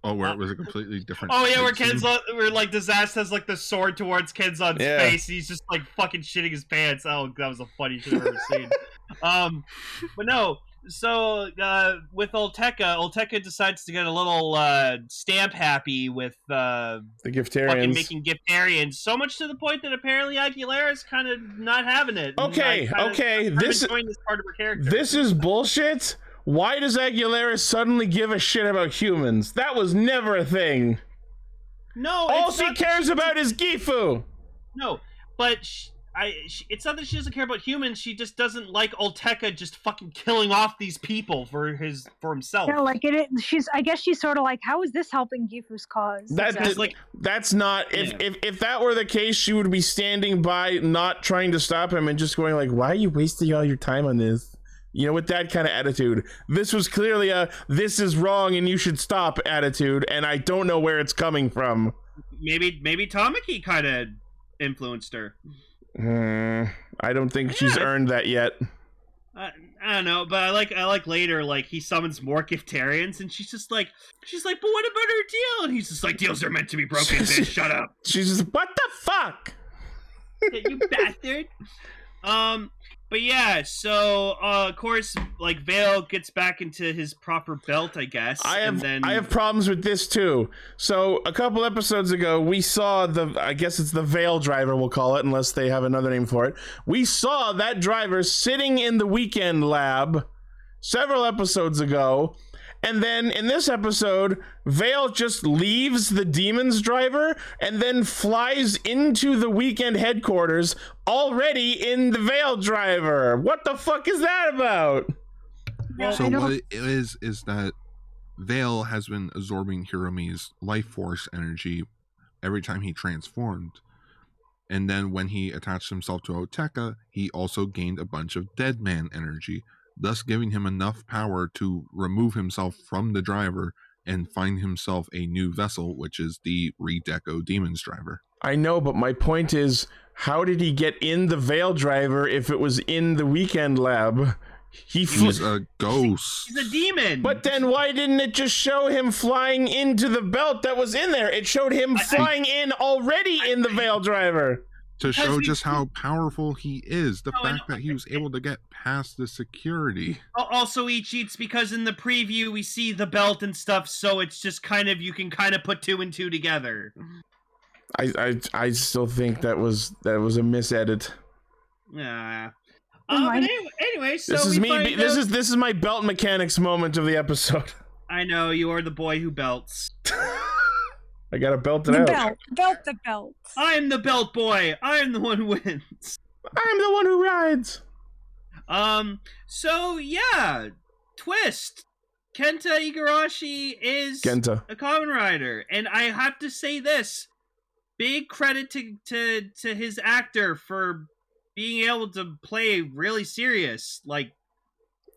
A: Oh, where it was a completely different.
I: Uh, Oh yeah, where
A: fight scene.
I: Ken's where like disaster has like the sword towards Ken's on
B: Yeah.
I: face. and he's just like fucking shitting his pants. Oh, that was the funniest shit I've ever seen. Um, but no. So uh, with Olteca, Olteca decides to get a little uh, stamp happy with uh,
B: The
I: fucking
B: Giftarians.
I: making Giftarians. So much to the point that apparently Aguilera's kind of not having it. And
B: Okay,
I: I kinda-
B: okay,
I: I'm
B: this-
I: enjoying this part of her character.
B: this is bullshit. Why does Aguilera suddenly give a shit about humans? That was never a thing.
I: no,
B: All
I: it's
B: she
I: not-
B: cares about is Gifu.
I: No, but sh I. sh it's not that she doesn't care about humans. She just doesn't like Olteca just fucking killing off these people for his for himself.
C: Yeah, like it, it- She's. I guess she's sort of like, how is this helping Gifu's cause?
B: That
I: It's like
B: That's not if,
I: Yeah.
B: if if that were the case, she would be standing by, not trying to stop him, and just going like, "Why are you wasting all your time on this?" You know, with that kind of attitude. This was clearly a "this is wrong and you should stop" attitude, and I don't know where it's coming from.
I: maybe maybe Tamaki kind of influenced her.
B: Hmm, I don't think she's
I: Yeah.
B: earned that yet.
I: I, I don't know, but I like I like later like he summons more Giftarians and she's just like she's like, but what about her deal? And he's just like, deals are meant to be broken. bitch, shut up.
B: She's just what the fuck.
I: Yeah, you bastard. Um, but yeah, so uh, of course, like Vale gets back into his proper belt, I guess.
B: I
I: and
B: have
I: then
B: I have problems with this too. So a couple episodes ago, we saw the I guess it's the Veil driver we'll call it, unless they have another name for it. We saw that driver sitting in the weekend lab several episodes ago, and then in this episode, Vale just leaves the demon's driver and then flies into the weekend headquarters already in the Veil driver. What the fuck is that about?
C: Yeah,
A: So
C: I don't-
A: what it is is that Vale has been absorbing Hiromi's life force energy every time he transformed. And then when he attached himself to Oteka, he also gained a bunch of dead man energy, thus giving him enough power to remove himself from the driver and find himself a new vessel, which is the Redeco Demon's Driver.
B: I know, but my point is, how did he get in the Veil Driver if it was in the Weekend Lab? He flew.
A: He's a ghost.
I: he's a demon.
B: but then why didn't it just show him flying into the belt that was in there? It showed him flying in already in the Veil Driver.
A: To show
I: he-
A: just how powerful he is, the
I: No, I
A: fact
I: know.
A: that he was able to get past the security.
I: Al- also he cheats because in the preview we see the belt and stuff, so it's just kind of you can kind of put two and two together.
B: I, I I still think that was that was a misedit.
I: Yeah.
C: Never
I: Uh, but
C: mind.
I: anyway, anyway, so
B: This
I: we
B: is me.
I: find
B: be- This
I: out-
B: is this is my belt mechanics moment of the episode.
I: I know you are the boy who belts.
B: I gotta belt it
C: the
B: out.
C: belt, belt, the belt.
I: I'm the belt boy. I'm the one who wins.
B: I'm the one who rides.
I: Um, so yeah, twist. Kenta Igarashi is
B: Genta.
I: a common rider, and I have to say this: big credit to to to his actor for being able to play really serious. Like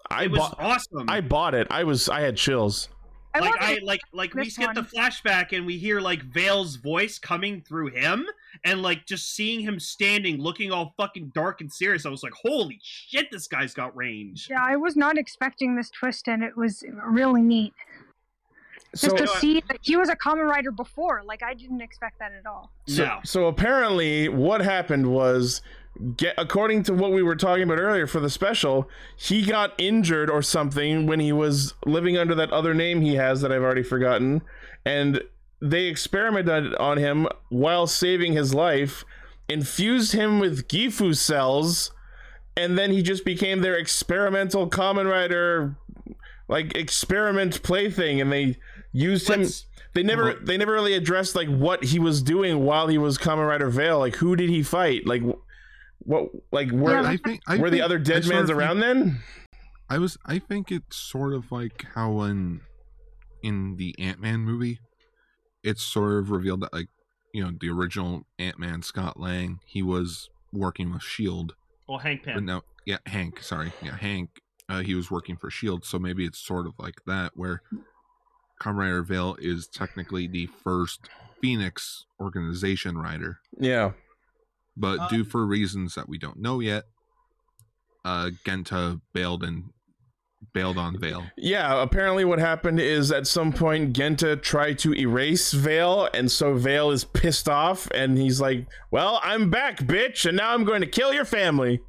B: I
I: it was
B: bought.
I: awesome.
B: I bought it. I was. I had chills.
C: I
I: like
C: wasn't
I: I like like we
C: this
I: skip the
C: one.
I: flashback and we hear like Vale's voice coming through him and like just seeing him standing looking all fucking dark and serious. I was like, holy shit, this guy's got range.
C: Yeah, I was not expecting this twist, and it was really neat. Just
B: uh,
C: to
I: So-
C: see that he was a common writer before, like I didn't expect that at all.
B: So,
I: No.
B: so apparently, what happened was, get, according to what we were talking about earlier for the special, he got injured or something when he was living under that other name he has that I've already forgotten, and they experimented on him while saving his life, infused him with Gifu cells, and then he just became their experimental common writer, like experiment plaything, and they used him.
I: Let's-
B: They never they never really addressed like what he was doing while he was Kamen Rider Vale. Like who did he fight? Like wh- what? Like were
A: I think I
B: were the
A: think-
B: other
A: I
B: dead
A: sort
B: mans
A: of think-
B: around then?
A: I was I think it's sort of like how in in the Ant Man movie, it's sort of revealed that like you know the original Ant Man Scott Lang he was working with Shield,
I: Well, Hank
A: but
I: Pym.
A: no, yeah, Hank, sorry, yeah, Hank, uh, he was working for Shield, so maybe it's sort of like that where Comrade Vale is technically the first Phoenix organization rider,
B: Yeah.
A: but
I: Um,
A: due for reasons that we don't know yet, uh, Genta bailed and bailed on Vale.
B: Yeah, apparently what happened is at some point Genta tried to erase Vale, and so Vale is pissed off, and he's like, "Well, I'm back, bitch, and now I'm going to kill your family."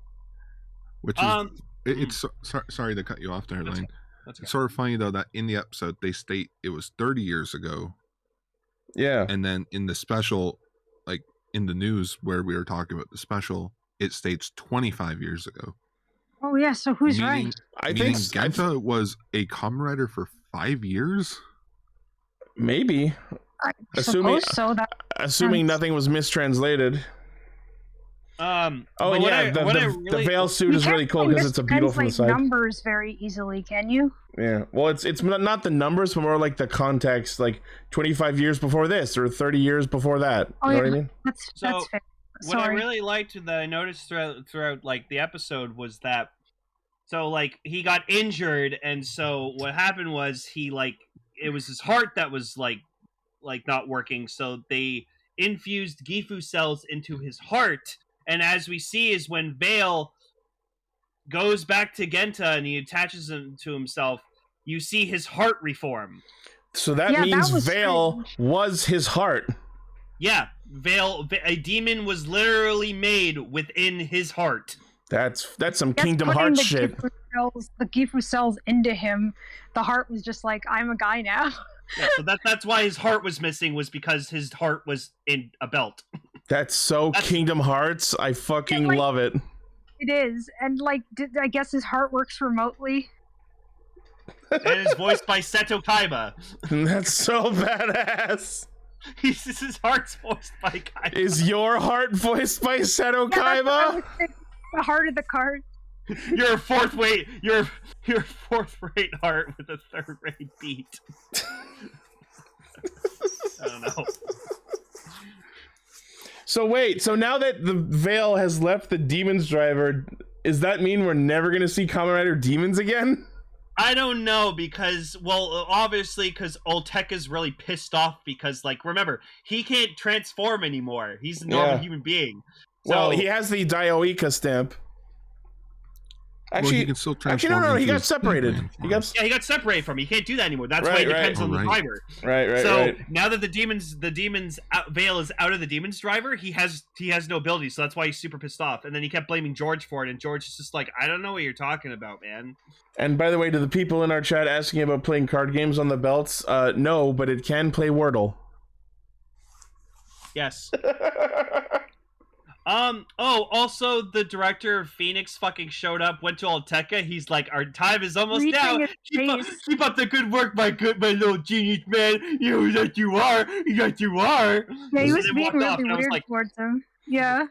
A: which is
I: Um,
A: it, it's so, so, sorry to cut you off there,
I: That's
A: Lane.
I: that's
A: It's sort of funny though that in the episode they state it was 30 years ago,
B: Yeah,
A: and then in the special, like in the news where we were talking about the special, it states 25 years ago.
C: Oh yeah, so who's right?
B: I
A: meaning
B: think I th-
A: Genta was a comrade for five years.
B: maybe
C: I
B: assuming-
C: suppose so. That
B: assuming
C: Sounds-
B: nothing was mistranslated.
I: Um,
B: Oh
I: but
B: and
I: what
B: yeah,
I: I-
B: the,
I: what I
B: the,
I: really-
B: the veil suit
C: You
B: is
C: can't
B: really cool
C: really
B: because it's a view from the
C: mistranslate
B: side.
C: numbers very easily, can you?
B: Yeah. Well, it's it's not not the numbers, but more like the context, like 25 years before this or 30 years before that.
C: Oh,
B: you know
C: yeah.
B: what I mean?
C: That's
I: So,
C: that's fair.
I: what I
C: Sorry.
I: really liked and that I noticed throughout throughout like the episode was that so like he got injured and so what happened was he like it was his heart that was like like not working so they infused Gifu cells into his heart and as we see is when Vale goes back to Genta and he attaches him to himself you see his heart reform
B: So that
C: Yeah, that
B: means
C: was
B: Vale was his heart.
I: yeah Vale Va- a demon was literally made within his heart
B: That's that's some
C: That's
B: Kingdom
C: putting
B: Hearts
C: the
B: shit.
C: Gifu cells- The Gifu cells into him. The heart was just like, I'm a guy now.
I: Yeah, so that that's why his heart was missing was because his heart was in a belt.
B: That's so
I: That's-
B: Kingdom Hearts. I fucking
C: like-
B: love it.
C: It is, and like, did, I guess his heart works remotely.
I: And is voiced by Seto Kaiba.
B: that's so badass.
I: He's, his heart's voiced by Kaiba.
B: Is your heart voiced by Seto
C: Yeah, that's what I
B: Kaiba?
C: was thinking. The heart of the card.
I: You're a fourth weight you're you're a fourth rate heart with a third rate beat. I don't know.
B: So wait, so now that the Veil has left the Demon's Driver, is that mean we're never gonna see Kamen Rider Demons again?
I: I don't know because, well, obviously, because Olteca's really pissed off because, like, remember, he can't transform anymore. He's a normal
B: Yeah.
I: human being. So,
B: Well, he has the Dioica stamp.
A: well, he
B: Actually,
A: can still
B: actually,
A: transform.
B: no, no, no, he
A: into
B: got
A: his
B: separated.
A: Ant-Man
B: He
A: form.
B: got
I: yeah, he got separated from. Him. He can't do that anymore. That's why
B: Right,
I: it
B: right.
I: depends on the
A: Alright.
I: driver.
B: right, right,
I: so
B: right.
I: now that the demons the demons out, veil is out of the demons driver, he has he has no ability, so that's why he's super pissed off. And then he kept blaming George for it, and George is just like, I don't know what you're talking about, man.
B: And by the way, to the people in our chat asking about playing card games on the belts, uh, no, but it can play Wordle.
I: Yes. um. Oh, also the director of Phoenix fucking showed up, went to Alteca. He's like, our time is almost
C: Reading
I: down.
C: his
I: Keep up,
C: face.
I: keep up the good work, my good, my little genius man. You that you are, you that you are.
C: Yeah, he
I: So
C: was
I: they
C: being
I: walked off,
C: really
I: and I was
C: weird
I: like-
C: towards him. Yeah,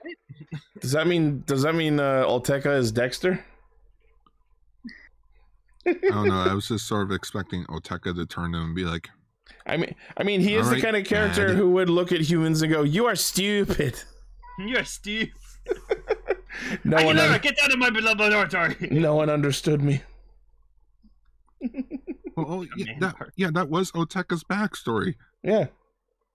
B: Does that mean? Does that mean uh, Alteca is Dexter?
A: I don't know. I was just sort of expecting Oteka to turn to him and be like,
B: I mean, I mean, he is
A: All
B: the
A: right,
B: kind of character
A: Dad.
B: who would look at humans and go, "You are stupid."
I: "Hmm, You're Steve.
B: No one,
I: Aguilera,
B: un-
I: get out of my beloved oratory.
B: no one understood me.
A: Well, oh, yeah,
I: man
A: that,
I: part.
A: yeah, that was Oteka's backstory.
B: Yeah.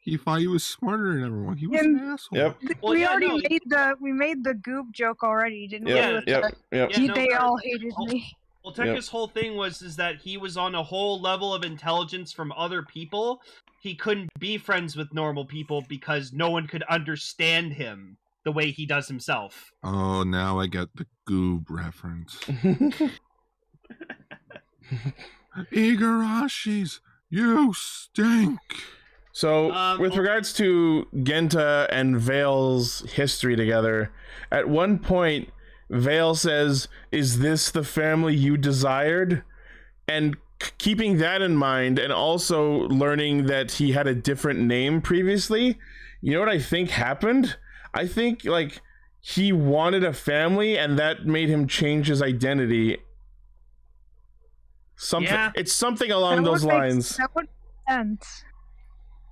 A: He thought he was smarter than everyone. He was
C: And-
A: an asshole.
B: Yep.
I: Well,
C: we
I: yeah,
C: already
I: no, it-
C: made the we made the goob joke already, didn't we?
I: Yeah,
C: With
B: Yep. Yep.
I: Yeah,
C: the-
I: no,
C: they
I: no.
C: all hated me.
I: Well, Tekka's whole thing was is that he was on a whole level of intelligence from other people. He couldn't be friends with normal people because no one could understand him the way he does himself.
A: Oh, now I get the goob reference. Igarashi's, you stink.
B: So,
I: Um,
B: with
I: oh-
B: regards to Genta and Vale's history together, at one point, Vale says, Is this the family you desired? And k- keeping that in mind, and also learning that he had a different name previously, you know what I think happened? I think, like, he wanted a family, and that made him change his identity. Something
I: Yeah.
B: it's something along
C: That
B: those
C: would make-
B: lines.
C: that would make sense.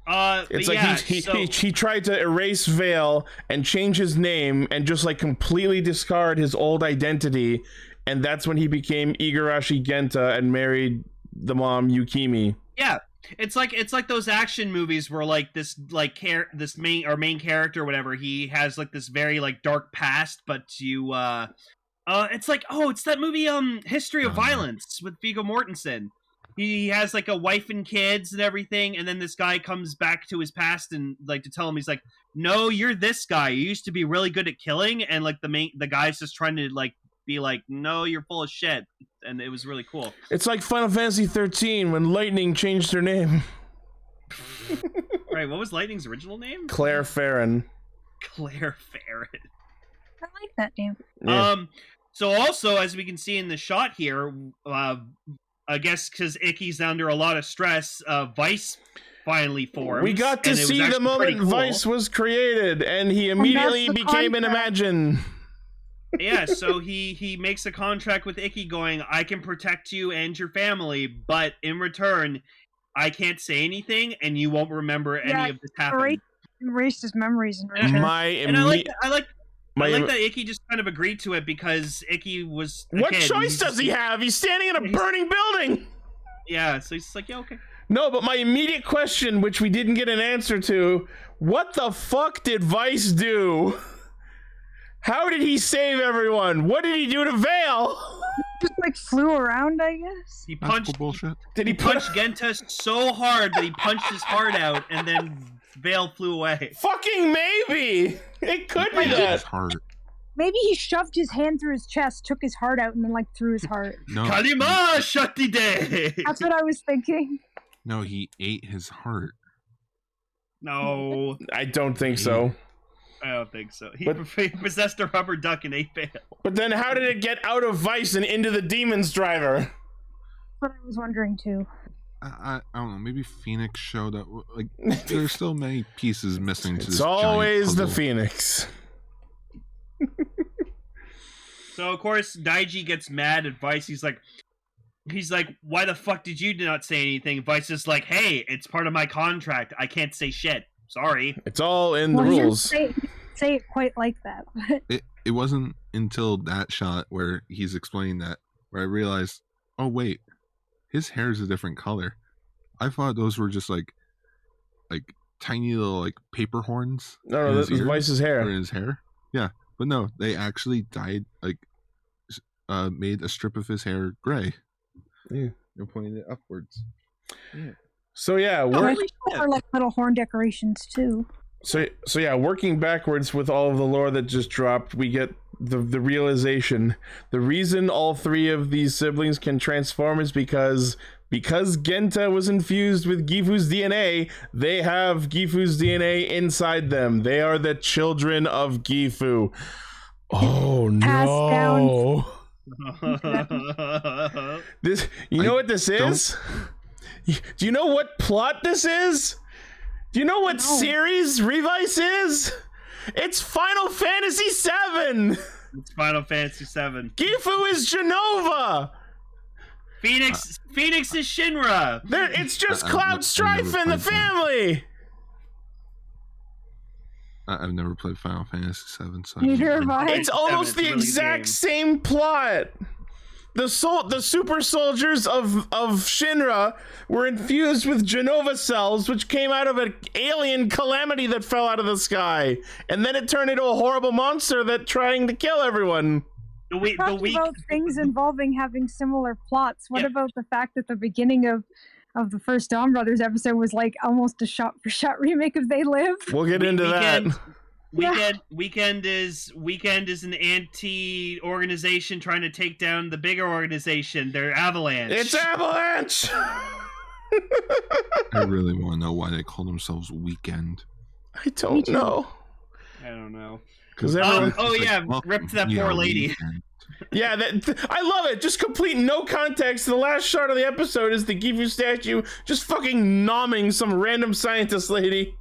I: Uh, but
B: It's like
I: yeah,
B: he, he,
I: so-
B: he he tried to erase Vale and change his name and just like completely discard his old identity, and that's when he became Igarashi Genta and married the mom Yukimi.
I: Yeah, it's like it's like those action movies where like this like care this main or main character or whatever he has like this very like dark past, but you uh, uh, it's like oh, it's that movie um History of
A: Uh.
I: Violence with Viggo Mortensen. He has like a wife and kids and everything, and then this guy comes back to his past and like to tell him he's like, no, you're this guy. You used to be really good at killing, and like the main the guy's just trying to like be like, no, you're full of shit, and it was really cool.
B: It's like Final Fantasy thirteen when Lightning changed her name,
I: right, what was Lightning's original name?
B: Claire Farron.
I: Claire Farron.
C: I like that name.
B: Yeah.
I: Um, so also as we can see in the shot here, uh, I guess because Icky's under a lot of stress, uh, Vice finally forms.
B: we got to
I: Uh, and it was
B: see the
I: actually pretty
B: moment
I: cool.
B: Vice was created, and he
C: that's
B: immediately
C: the
B: became an
C: contract.
B: Imagine.
I: yeah, so he he makes a contract with Icky, going, "I can protect you and your family, but in return." I can't say anything, and you won't remember any
C: Yeah,
I: of this happened.
C: erase- Erased his memories and
I: And-
C: returned.
B: My,
I: And I like,
B: imme-
I: I like,
B: my
I: I like that Icky just kind of agreed to it because Icky was. a
B: What
I: kid, and
B: choice
I: he's
B: does
I: just-
B: he have? He's standing in a
I: He's-
B: burning building.
I: Yeah, so he's just like, yeah, okay.
B: No, but my immediate question, which we didn't get an answer to, what the fuck did Vice do? How did he save everyone? What did he do to Vale?
C: Just like flew around, I guess.
I: He
A: That's
I: punched
A: cool bullshit.
B: Did he
I: He
B: put?
I: punched Genta so hard that he punched his heart out, and then Vale flew away.
B: Fucking maybe. It could be that.
A: His heart.
C: Maybe he shoved his hand through his chest, took his heart out, and then like threw his heart.
A: No,
I: Kalima Shakti Day!
C: That's what I was thinking.
A: no, he ate his heart.
I: No,
B: I don't think so.
I: I don't think so. He
B: But-
I: he possessed a rubber duck and ate Vale.
B: But then, how did it get out of Vice and into the Demon's Driver?
C: That's what I was wondering too.
A: I, I, I don't know. Maybe Phoenix showed up. Like there's still many pieces missing to this.
B: It's
A: giant
B: always the
A: puzzle.
B: Phoenix.
I: So, of course, Daiji gets mad at Vice. He's like, He's like, why the fuck did you not say anything? Vice is like, hey, it's part of my contract. I can't say shit. Sorry.
B: It's all in the
C: Well, he didn't
B: rules.
C: Say, say it quite like that, but
A: It it wasn't until that shot where he's explaining that where I realized, oh wait, his hair is a different color. I thought those were just like, like tiny little like paper horns
B: No, no,
A: In
B: this
A: his
B: is
A: ear?
B: Vice's
A: that were
B: hair.
A: in his hair. Yeah, but no, they actually dyed like, s- uh, made a strip of his hair gray.
B: Yeah.
A: and pointed it upwards.
B: So yeah,
C: Oh,
B: we're,
C: I think those are like little horn decorations too.
B: So so yeah, working backwards with all of the lore that just dropped, we get the the realization the reason all three of these siblings can transform is because because Genta was infused with Gifu's DNA, they have Gifu's DNA inside them. They are the children of Gifu. Oh
C: Passed
B: no.
C: down.
B: This you
A: I
B: know what this is? Do you know what plot this is? Do you know what
C: No.
B: series Revice is? It's Final Fantasy VII.
I: it's Final Fantasy VII.
B: Gifu is Genova.
I: Phoenix, Phoenix is Shinra.
B: There, it's just
A: I- I- I
B: Cloud
A: never
B: Strife and
A: played one.
B: the family.
A: I, I've never played Final Fantasy VII, so I
C: Neither
A: can't-
C: have I.
B: It's almost
I: it's
B: the
I: a really good
B: exact
I: game.
B: same plot. the sol- the super soldiers of of Shinra were infused with Genova cells, which came out of an alien calamity that fell out of the sky, and then it turned into a horrible monster that trying to kill everyone.
I: The week, the
C: talked
I: week,
C: about things involving having similar plots. What
I: Yeah.
C: about the fact that the beginning of of the first Dawn Brothers episode was like almost a shot for shot remake of They Live?
B: We'll get
I: We-
B: into
I: we
B: that.
I: can- weekend, weekend is weekend is an anti-organization trying to take down the bigger organization. They're Avalanche.
B: It's avalanche.
A: I really want to know why they call themselves Weekend.
B: I don't
C: too.
B: know.
I: I don't know.
A: Because
B: Um,
I: oh, yeah, rip to that poor lady.
B: Yeah, that, th- I love it. Just complete no context. The last shot of the episode is the Gifu statue just fucking nomming some random scientist lady.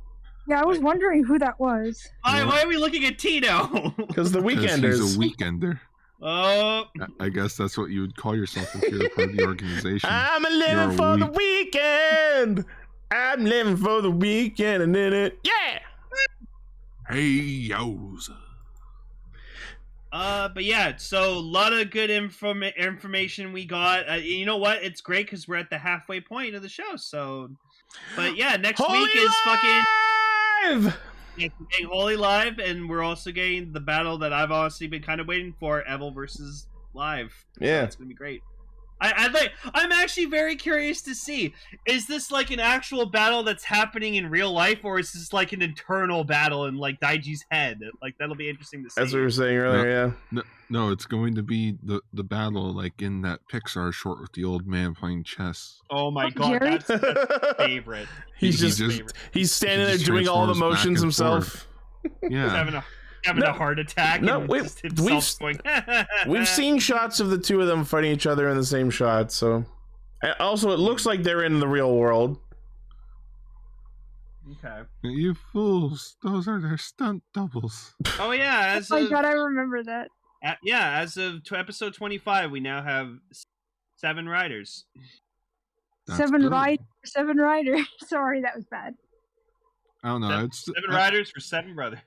C: Yeah, I was wondering who that was.
I: Why, why are we looking at Tito?
B: Because the
A: Weekenders. He's
B: Weekenders.
A: a weekender.
I: oh,
A: I- I guess that's what you would call yourself if you're a part of the organization.
B: I'm a living
A: You're a
B: for the weekend. I'm living for the weekend and then it. Yeah.
A: hey, yo's.
I: Uh, but yeah, so a lot of good inform- information we got. Uh, you know what? It's great because we're at the halfway point of the show. So, but yeah, next
B: Holy
I: week is fucking
B: Live!
I: yeah, we're getting Holy Live, and we're also getting the battle that I've honestly been kind of waiting for: Evil versus Live.
B: Yeah.
I: it's gonna be great. I, I like. I'm actually very curious to see: is this like an actual battle that's happening in real life, or is this like an internal battle in like Daiji's head? Like that'll be interesting to see.
B: As we were saying earlier, yeah.
A: No, it's going to be the, the battle like in that Pixar short with the old man playing chess.
I: oh my
C: Oh,
I: god,
C: Jerry?
I: that's my favorite.
B: he's
A: He- he
B: just
A: just-
I: favorite.
B: he's standing
A: he
B: there
A: just
B: doing all the
A: transforms back
B: motions
A: and
B: himself.
I: He's
A: Yeah.
I: having a having
B: No.
I: a heart attack.
B: No,
I: and
B: we've-
I: just himself going,
B: We've seen shots of the two of them fighting each other in the same shot, so. And also, it looks like they're in the real world.
I: Okay.
A: You fools. Those are their stunt doubles.
I: Oh yeah, as
C: oh my
I: of,
C: god, I remember that.
I: uh, yeah, as of tw episode twenty five, we now have s- seven riders.
A: That's
C: seven
A: good.
C: ride, seven rider. Sorry, that was bad.
A: I don't know.
I: Seven-
A: I'd st-
I: Seven
B: Uh,
A: I-
I: riders for seven brothers.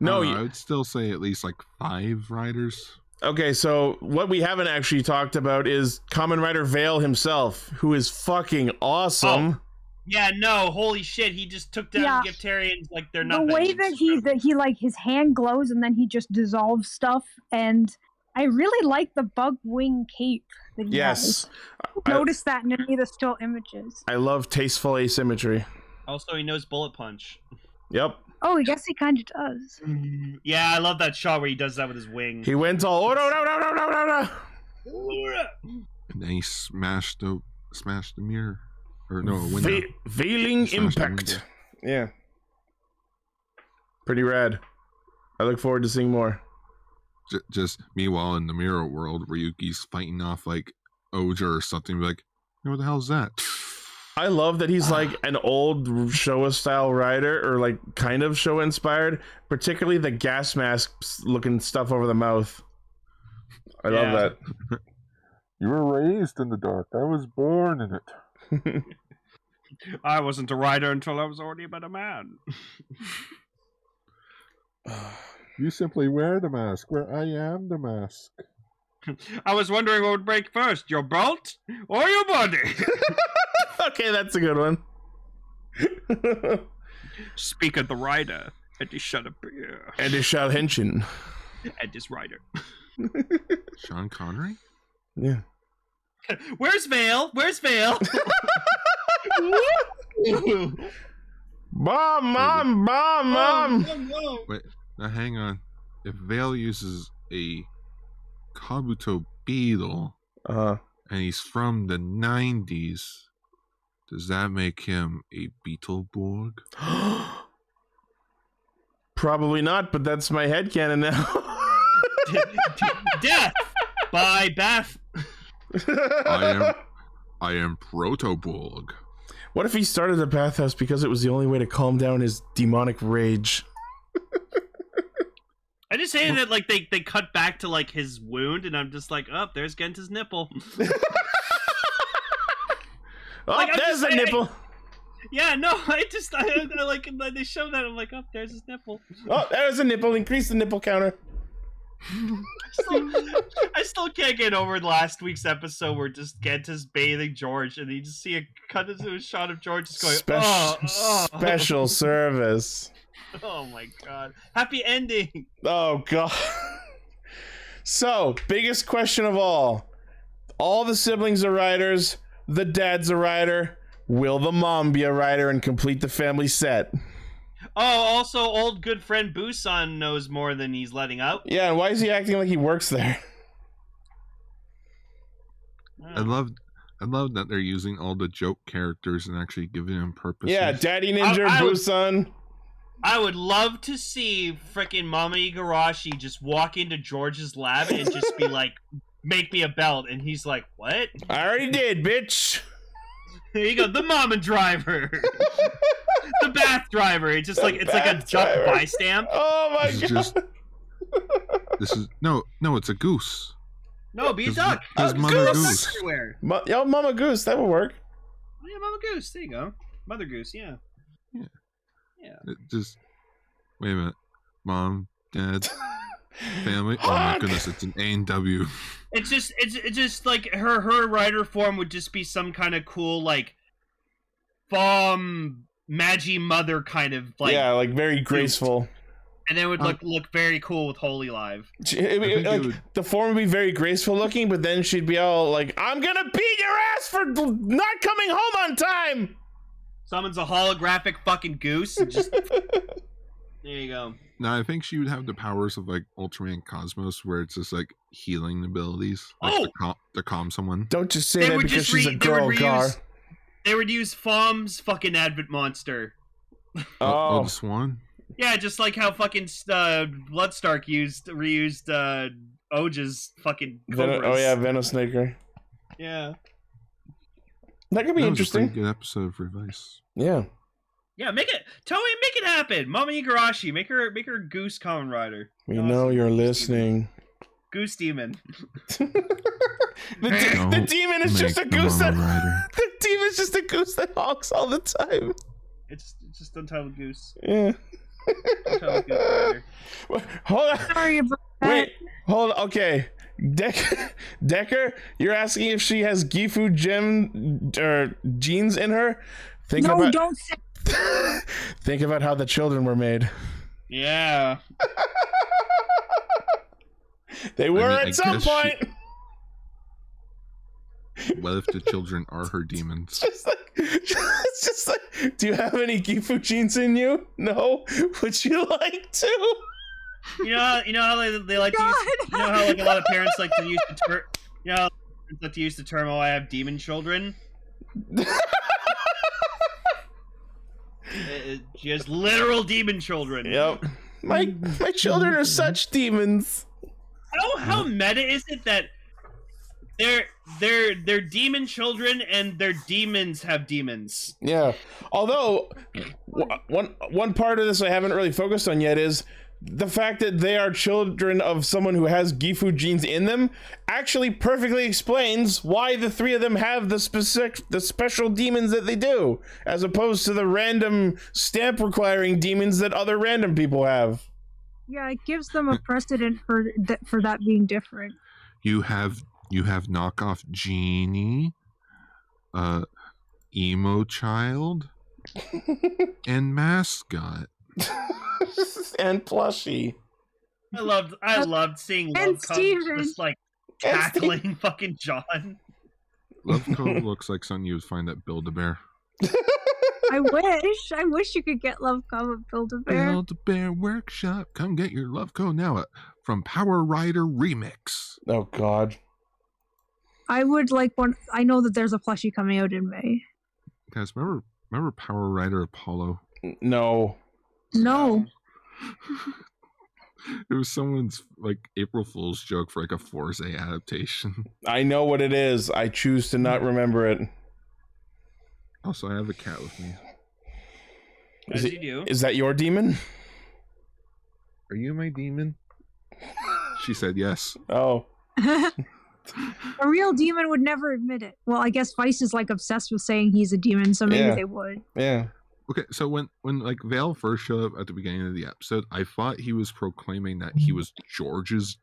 B: No,
A: I,
B: you-
A: don't know, I would still say at least like five riders.
B: Okay, so what we haven't actually talked about is Common Rider Vale himself, who is fucking
I: Oh,
B: awesome.
I: Yeah, no, holy shit, he just took down
C: Yeah.
I: Giftarians like they're
C: The
I: nothing.
C: way that
I: It's-
C: he that he like his hand glows and then he just dissolves stuff, and I really like the bug wing cape that he
B: yes.
C: has.
B: I-
C: Notice that in any of the still images.
B: I love tasteful asymmetry.
I: Also, he knows bullet punch.
B: Yep.
C: Oh, I guess he kind of does.
I: Yeah, I love that shot where Mm-hmm. he does that with his wing.
B: He went all oh no no no no no no no.
A: And then he smashed the smashed the mirror. Or no, a window.
B: Ve- veiling
A: Smash the
B: impact. Yeah. Pretty rad. I look forward to seeing more.
A: J- just meanwhile in the mirror world, Ryuki's fighting off like Oja or something. Like, "Hey, what the hell's that?
B: I love that he's like an old Showa style rider, or like kind of Showa inspired, particularly the gas masks looking stuff over the mouth. I love
I: Yeah.
B: that.
A: You were raised in the dark. I was born in it.
I: I wasn't a rider until I was already about a man.
A: You simply wear the mask where I am the mask.
I: I was wondering what would break first, your belt or your body.
B: okay, that's a good one.
I: Speak of the rider, and he shut up here,
B: and it shot Henshin.
I: and his rider.
A: Sean Connery?
B: Yeah.
I: Where's Vale? Where's Vale?
B: Bomb, mom, bomb, mom.
I: Oh,
A: Now hang on. If Vale uses a Kabuto beetle
B: Uh,
A: and he's from the 90s, does that make him a Beetleborg? Uh-huh.
B: probably not, but that's my headcanon now.
I: Death by Beth.
A: I am. I am Protoborg.
B: What if he started the bathhouse because it was the only way to calm down his demonic rage?
I: I just hated that like they they cut back to like his wound, and I'm just like, oh, there's Genta's nipple.
B: Oh,
I: Like, I'm
B: there's
I: just
B: a
I: saying-
B: nipple.
I: yeah, no, I just I, I like they show that I'm like, oh, there's his nipple.
B: Oh, there's a nipple. Increase the nipple counter.
I: I still can't get over last week's episode where just Genta's bathing George, and you just see a cut into a shot of George just going,
B: Special,
I: oh, oh."
B: special service.
I: Oh my god! Happy ending.
B: Oh god. So, biggest question of all. All the siblings are writers, the dad's a writer. Will the mom be a writer and complete the family set?
I: Oh, also, old good friend Busan knows more than he's letting out.
B: Yeah, and why is he acting like he works there?
A: I
I: Mm-hmm.
A: love I love that they're using all the joke characters and actually giving them purpose.
B: Yeah, Daddy Ninja,
I: I- I was-
B: Busan.
I: I would love to see frickin' Mama Igarashi just walk into George's lab and just be like, "Make me a belt," and he's like, "What?"
B: I already did, bitch.
I: There you go, the mama driver, the bath driver. It's just like it's like a
B: bath
I: duck
B: driver.
I: by stamp.
B: Oh my
A: This is
B: god.
A: just This is no, no, it's a goose.
I: No, be a
A: His-
I: duck.
A: his
I: oh,
A: mother
I: goose.
A: goose.
I: Ducks everywhere.
B: Mu- Yo, Mama Goose, that would work.
I: Oh, yeah, mama goose. There you go, mother goose. Yeah.
A: It just wait a minute. Mom, dad, family. Oh my
B: Fuck.
A: goodness, it's an A and W.
I: It's just it's it's just like her her rider form would just be some kind of cool like bomb magi mother kind of like
B: yeah, like very graceful.
I: and then would look look very cool with holy live.
B: She- it-
A: I
B: it-
A: think it
B: like,
A: would-
B: the form would be very graceful looking, but then she'd be all like, "I'm gonna beat your ass for not coming home on time."
I: Summons a holographic fucking goose and just There you go.
A: Now I think she would have the powers of like Ultraman Cosmos, where it's just like healing abilities, like
I: Oh!
A: to, cal- to calm someone.
B: Don't just say
I: They
B: that
I: would
B: because
I: just
B: she's
I: re-
B: a
I: they would
B: girl, Gar.
I: reuse- They would use Fom's fucking Advent monster.
A: Oh,
B: Oh,
A: the swan.
I: Yeah, just like how fucking uh, Bloodstark used reused uh Oja's fucking
B: Ven-
I: cobras.
B: oh yeah, Venosnaker.
I: Yeah.
B: That could be
A: That was a pretty
B: interesting.
A: good episode of Revice.
B: Yeah.
I: Yeah, make it Toei, make it happen. Mama Igarashi, make her make her goose common rider.
B: We
I: No,
B: know
I: it's-
B: you're
I: it's
B: listening.
I: Goose demon.
B: The, de- the
A: Don't
B: demon is just a
A: Make the
B: goose that
A: Mama Rider.
B: the demon is just a goose that honks all the time.
I: It's, it's just untitled goose.
B: Yeah.
I: Untitled goose rider.
B: Hold on.
C: Sorry about that.
B: Wait, hold on. Okay. Decker, Decker, you're asking if she has Gifu gem or genes in her? Think
C: no,
B: about
C: don't say
B: think about how the children were made.
I: Yeah.
B: They were
A: mean,
B: at
A: I
B: some
A: guess she-
B: point.
A: What if the children are her demons?
B: Just like, it's just like, do you have any Gifu genes in you? No. Would you like to?
I: You know how, you know how they, they like to use, you know how like a lot of parents like to use the term you know how parents like to use the term oh I have demon children. It- it- she has literal demon children.
B: Yep. My my children are such demons.
I: How how
B: Mm-hmm.
I: meta is it that they're they're they're demon children and their demons have demons?
B: Yeah. Although w- one one part of this I haven't really focused on yet is the fact that they are children of someone who has Gifu genes in them actually perfectly explains why the three of them have the specific the special demons that they do, as opposed to the random stamp requiring demons that other random people have.
C: Yeah, it gives them a precedent for th- for that being different.
A: You have you have knockoff genie, uh, emo child, and mascot.
B: and plushie.
I: I loved I loved seeing
C: And
I: Love Cove
C: Steven.
I: just like
B: And Steve-
I: tackling fucking John.
A: Love Cove looks like something you would find at Build a Bear.
C: I wish, I wish you could get Love Comet Build a Bear.
A: Build a Bear Workshop. Come get your Love Cove now at, from Power Rider Remix.
B: Oh god.
C: I would like one. I know that there's a plushie coming out in May.
A: Guys, remember remember Power Rider Apollo?
B: N- No.
C: No,
A: It was someone's like April Fool's joke for like a Forza adaptation.
B: I know what it is. I choose to not remember it.
A: Also, I have a cat with me.
B: Is
I: As
B: it-
I: you do.
B: Is that your demon?
A: Are you my demon? She said yes.
B: Oh.
C: a real demon would never admit it. Well, I guess Vice is like obsessed with saying he's a demon, so maybe
B: Yeah.
C: they would.
B: Yeah.
A: Okay, so when when like
C: Mm-hmm.
A: Vale first showed up at the beginning of the episode, I thought he was proclaiming that he was George's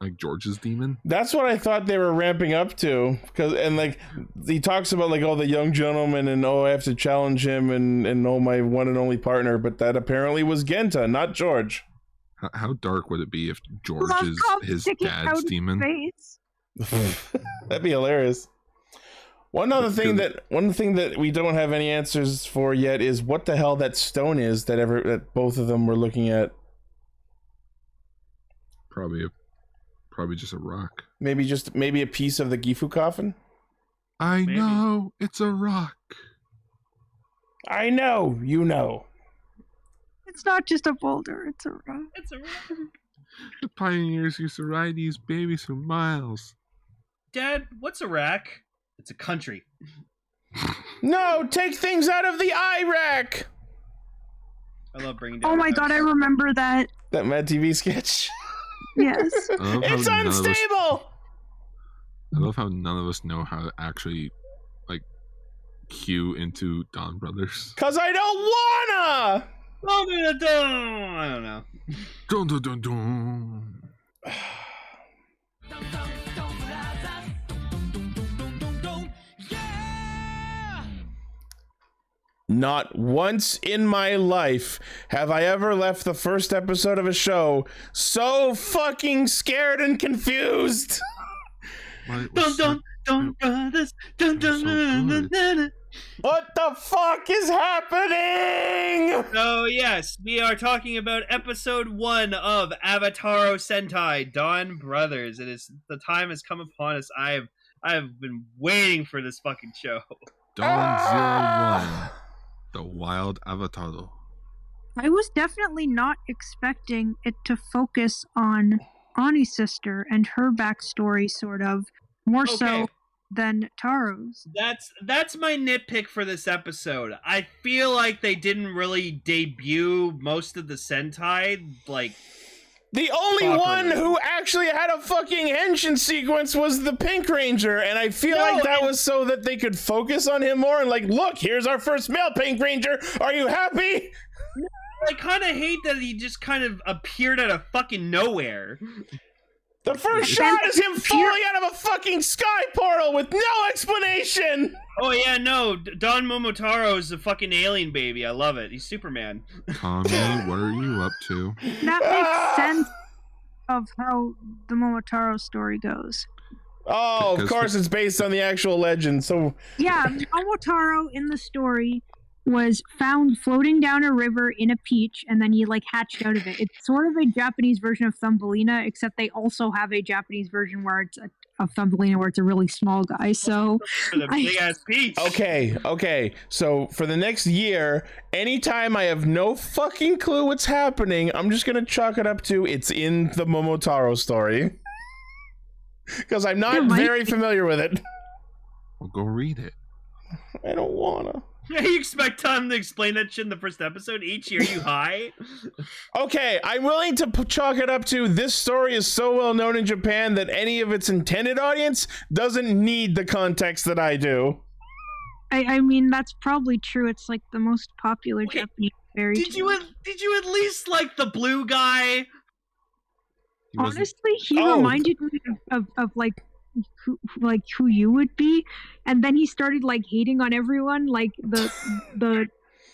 A: like George's demon.
B: That's what I thought they were ramping up to, because and like he talks about like oh the young gentleman and oh I have to challenge him and and oh my one and only partner, but that apparently was Genta, not George.
A: How, how dark would it be if George
C: Love
A: is
C: comes
A: his
C: sticking out
A: dad's
C: his
A: demon?
C: face.
B: That'd be hilarious. One other thing that one thing that we don't have any answers for yet is what the hell that stone is that ever that both of them were looking at.
A: Probably, a, probably just a rock.
B: Maybe just maybe a piece of the Gifu coffin.
A: I
I: Maybe.
A: know it's a rock.
B: I know, you know.
C: It's not just a boulder; it's a rock.
I: It's a
A: The pioneers used to ride these babies for miles.
I: Dad, what's Iraq? It's a country.
B: No, take things out of the eye rack.
I: I love bringing down
C: Oh my
I: Iraq's-
C: god, I remember that.
B: That Mad TV sketch.
C: Yes.
A: I love how
B: It's
A: none of us-
B: unstable.
A: I love how none of us know how to actually like cue into Don Brothers.
B: Cause I don't wanna.
I: Oh, no, no, no, I don't know.
A: Dun, dun, dun, dun.
B: Not once in my life have I ever left the first episode of a show so fucking scared and confused.
A: Well, it
I: Dun
A: was
I: dun dun brothers. Dun
A: They're
I: dun
A: so
I: dun dun
A: good.
I: dun. dun.
B: What the fuck is happening?
I: So Oh, yes, we are talking about episode one of Avataro Sentai Dawn Brothers. It is the time has come upon us. I have I have been waiting for this fucking show.
B: Ah!
A: Dawn Zero
I: Ah!
A: One, the wild avatar.
C: I was definitely not expecting it to focus on Ani's sister and her backstory, sort of, more so than Taro's.
I: That's that's my nitpick for this episode. I feel like they didn't really debut most of the Sentai. Like
B: The only
I: Fuck
B: one
I: really.
B: who actually had a fucking henshin sequence was the Pink Ranger, and I feel
I: No,
B: like that
I: and-
B: was so that they could focus on him more and like, look, here's our first male Pink Ranger. Are you happy?
I: I kinda hate that he just kind of appeared out of fucking nowhere.
B: The first
C: And-
B: shot is him falling out of a fucking sky portal with no explanation.
I: Oh yeah, no, D- Don Momotaro is a fucking alien baby. I love it. He's Superman.
A: Tommy, what are you up to?
C: That
B: Ah!
C: makes sense of how the Momotaro story goes.
B: Oh, of
A: Because-
B: course, it's based on the actual legend. So
C: Yeah, Momotaro in the story was found floating down a river in a peach and then he like hatched out of it. It's sort of a Japanese version of Thumbelina, except they also have a Japanese version where it's a of Thumbelina where it's a really small guy. So
I: For the
C: I-
I: big ass peach.
B: okay, okay. So for the next year, anytime I have no fucking clue what's happening, I'm just gonna chalk it up to it's in the Momotaro story because I'm
C: There
B: not
C: might
B: very familiar with it.
A: Well, go read it.
B: I don't wanna.
I: you expect Tom to explain that shit in the first episode each year? You high?
B: Okay, I'm willing to p- chalk it up to this story is so well known in Japan that any of its intended audience doesn't need the context that I do.
C: I, I mean that's probably true. It's like the most popular
I: Okay,
C: Japanese fairy
I: did you
C: tale.
I: at, did you at least like the blue guy?
A: He wasn't
C: Honestly, he
B: Oh.
C: reminded me of, of, of like who, like who you would be, and then he started like hating on everyone, like the the,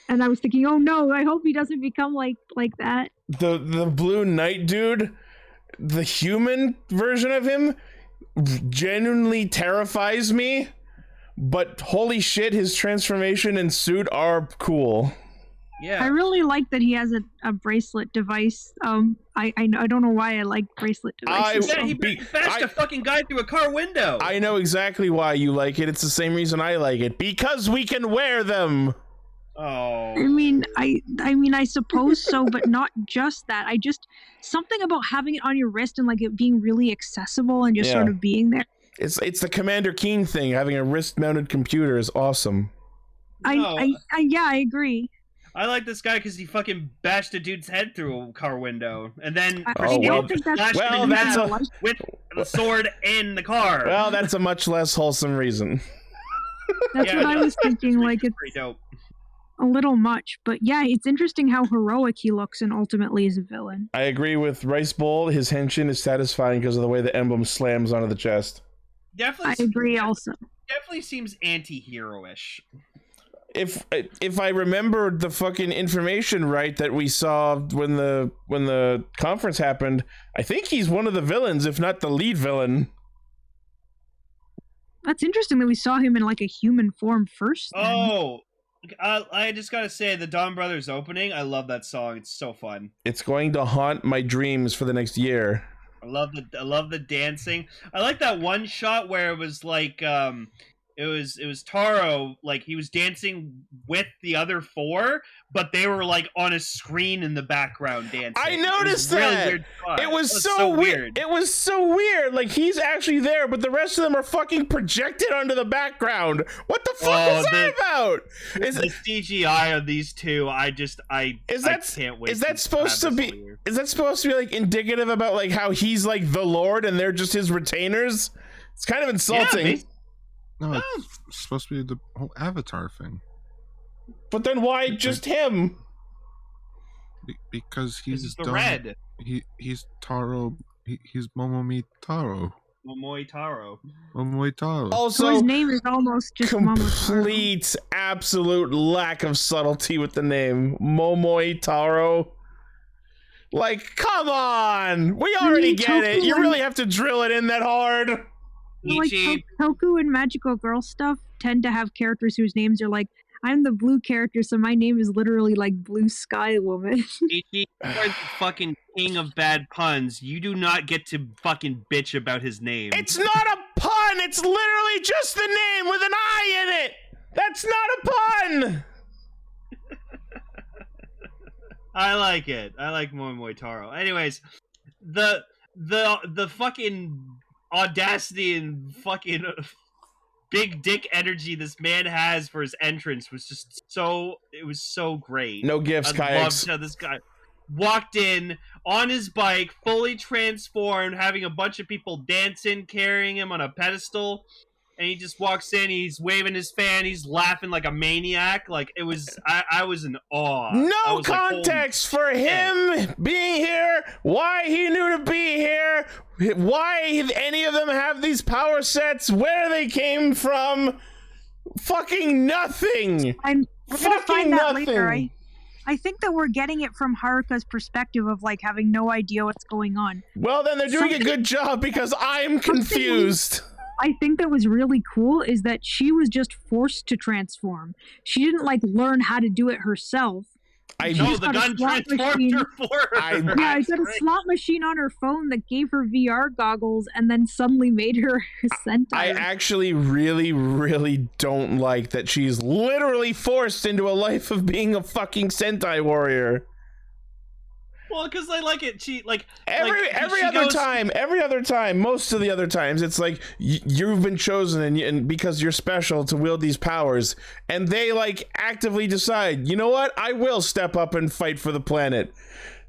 C: and I was thinking, oh no, I hope he doesn't become like like that.
B: the the blue knight dude the human version of him genuinely terrifies me but holy shit his transformation and suit are cool
C: I
I: Yeah.
C: really like that he has a, a bracelet device. Um, I, I I don't know why I like bracelet
B: I-
C: devices.
I: yeah, he
B: Be-
I: bashed
B: I-
I: a fucking guy through a car window.
B: i know exactly why you like it it's the same reason i like it because we can wear them
I: oh.
C: I mean, I I mean, I suppose so, but not just that. I just something about having it on your wrist and like it being really accessible and just
B: Yeah.
C: sort of being there.
B: it's it's the commander keen thing having a wrist mounted computer is awesome
C: I,
I: No.
C: I, I yeah, I agree.
I: I like this guy because he fucking bashed a dude's head through a car window and then
C: I,
B: Oh,
C: I
B: well,
C: don't think that's
I: Flash
B: well,
I: in the
B: that's
I: mouth
B: a-
I: with the sword in the car.
B: well that's a much less wholesome reason
C: that's
I: yeah,
C: what I
I: no,
C: was thinking. Like it's
I: pretty dope.
C: a little much, but yeah, it's interesting how heroic he looks and ultimately is a villain.
B: I agree with Rice Bowl. His henshin is satisfying because of the way the emblem slams onto the chest.
C: I
I: Definitely,
C: agree also.
I: definitely seems anti-heroish.
B: If if I remembered the fucking information right that we saw when the when the conference happened, I think he's one of the villains, if not the lead villain.
C: That's interesting that we saw him in like a human form first. then.
I: Oh, I, I just gotta say the Don Brothers opening. I love that song. It's so fun.
B: It's going to haunt my dreams for the next year.
I: I love the I love the dancing. I like that one shot where it was like um it was it was Taro like he was dancing with the other four, but they were like on a screen in the background dancing.
B: I
I: It was
B: noticed
I: really
B: that!
I: weird shot.
B: It was,
I: That
B: so, weird. It was so weird. Like he's actually there, but the rest of them are fucking projected onto the background. What the fuck
I: Oh,
B: is that
I: the-
B: about? Is
I: the CGI of these two, I just I
B: Is
I: I
B: that-
I: can't wait.
B: is that
I: have
B: supposed to
I: this
B: be-
I: all year.
B: is that supposed to be like indicative about like how he's like the lord and they're just his retainers? It's kind of
I: Yeah,
B: insulting.
I: bas-
A: No, it's supposed to be the whole Avatar thing
B: but then why just him?
A: Be- because
I: this
A: he's
I: is the
A: done-
I: red
A: He he's Taro. He, he's Momomi Taro.
I: Momoi Taro.
A: Momomi Taro.
I: Oh.
C: So,
B: Also,
C: his name is almost just Momotaro.
B: complete absolute lack of subtlety with the name Momoi Taro. Like, come on! We already
C: mean
B: get it. You
C: Toku
B: really have to drill it in that hard.
C: Like
I: Ichi,
C: to- Toku and Magical Girl stuff tend to have characters whose names are like, I'm the blue character, so my name is literally like Blue Sky Woman.
I: Ichi, you are the fucking king of bad puns. You do not get to fucking bitch about his name.
B: It's not a pun. It's literally just the name with an I in it. That's not a pun.
I: I like it. I like Moi Moi Taro. Anyways, the the the fucking audacity and fucking big dick energy this man has for his entrance was just so it was so great.
B: No gifts,
I: I loved
B: kayaks.
I: how this guy walked in on his bike, fully transformed, having a bunch of people dancing, carrying him on a pedestal. And he just walks in, he's waving his fan, he's laughing like a maniac. Like it was I, I was in awe. I
B: No
I: was like, holy
B: context for him being here, why he knew to be here, why any of them have these power sets, where they came from. Fucking nothing.
C: I'm we're gonna
B: Fucking
C: find that later.
B: nothing.
C: I, I think that we're getting it from Haruka's perspective of like having no idea what's going on.
B: Well, then they're doing a good job because I'm confused.
C: I think that was really cool is that she was just forced to transform. She didn't like learn how to do it herself.
B: I
I: No,
C: She's
I: the
C: got a
I: gun
C: slot
I: transformed
C: machine.
I: her for her.
B: I-
C: Yeah, I got a slot machine on her phone that gave her VR goggles and then suddenly made her a
B: I
C: centaur.
B: actually really, really don't like that she's literally forced into a life of being a fucking Sentai warrior.
I: Well, because I like it. She like
B: Every
I: Like,
B: every
I: she
B: other
I: goes-
B: time, every other time, most of the other times, it's like y- you've been chosen and, y- and because you're special to wield these powers, and they like actively decide, you know what, I will step up and fight for the planet.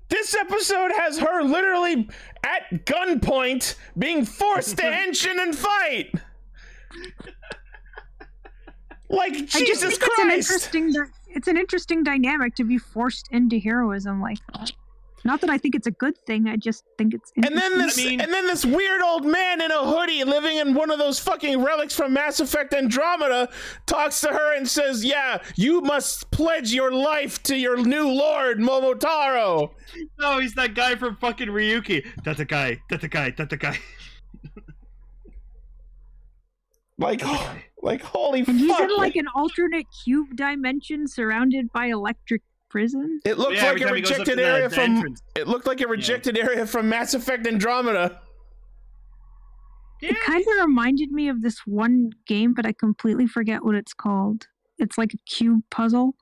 B: This episode has her literally at gunpoint being forced to engine and fight. Like
C: I
B: Jesus
C: just think It's an
B: Christ!
C: interesting. di- It's an interesting dynamic to be forced into heroism like that. Not that I think it's a good thing. I just think it's.
B: And then
C: interesting.
B: this,
I: mean-
B: and then this weird old man in a hoodie, living in one of those fucking relics from Mass Effect Andromeda, talks to her and says, "Yeah, you must pledge your life to your new lord, Momotaro."
I: no, "Oh, he's that guy from fucking Ryuki. That's a guy. That's a guy. That's a guy.
B: Like, oh, like holy
C: And he's
B: fuck!
C: in like an alternate cube dimension surrounded by electric prison.
B: it looked
I: Yeah, every
B: like a
I: time he goes up
B: rejected
I: to the-
B: area
I: the
B: from.
I: entrance.
B: It looked like a rejected area from Mass Effect Andromeda.
I: Yeah,
C: It kind of reminded me of this one game, but I completely forget what it's called. It's like a cube puzzle.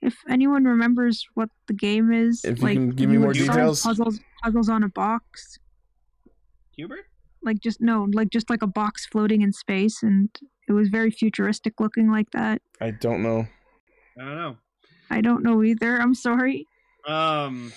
C: If anyone remembers what the game is,
B: If you
C: like
B: can give me more
C: would solve
B: details.
C: puzzles puzzles on a box,
I: Hubert.
C: like just no, like just like a box floating in space, and it was very futuristic looking like that.
B: I don't know.
I: I don't know.
C: I don't know either. I'm sorry.
I: Um,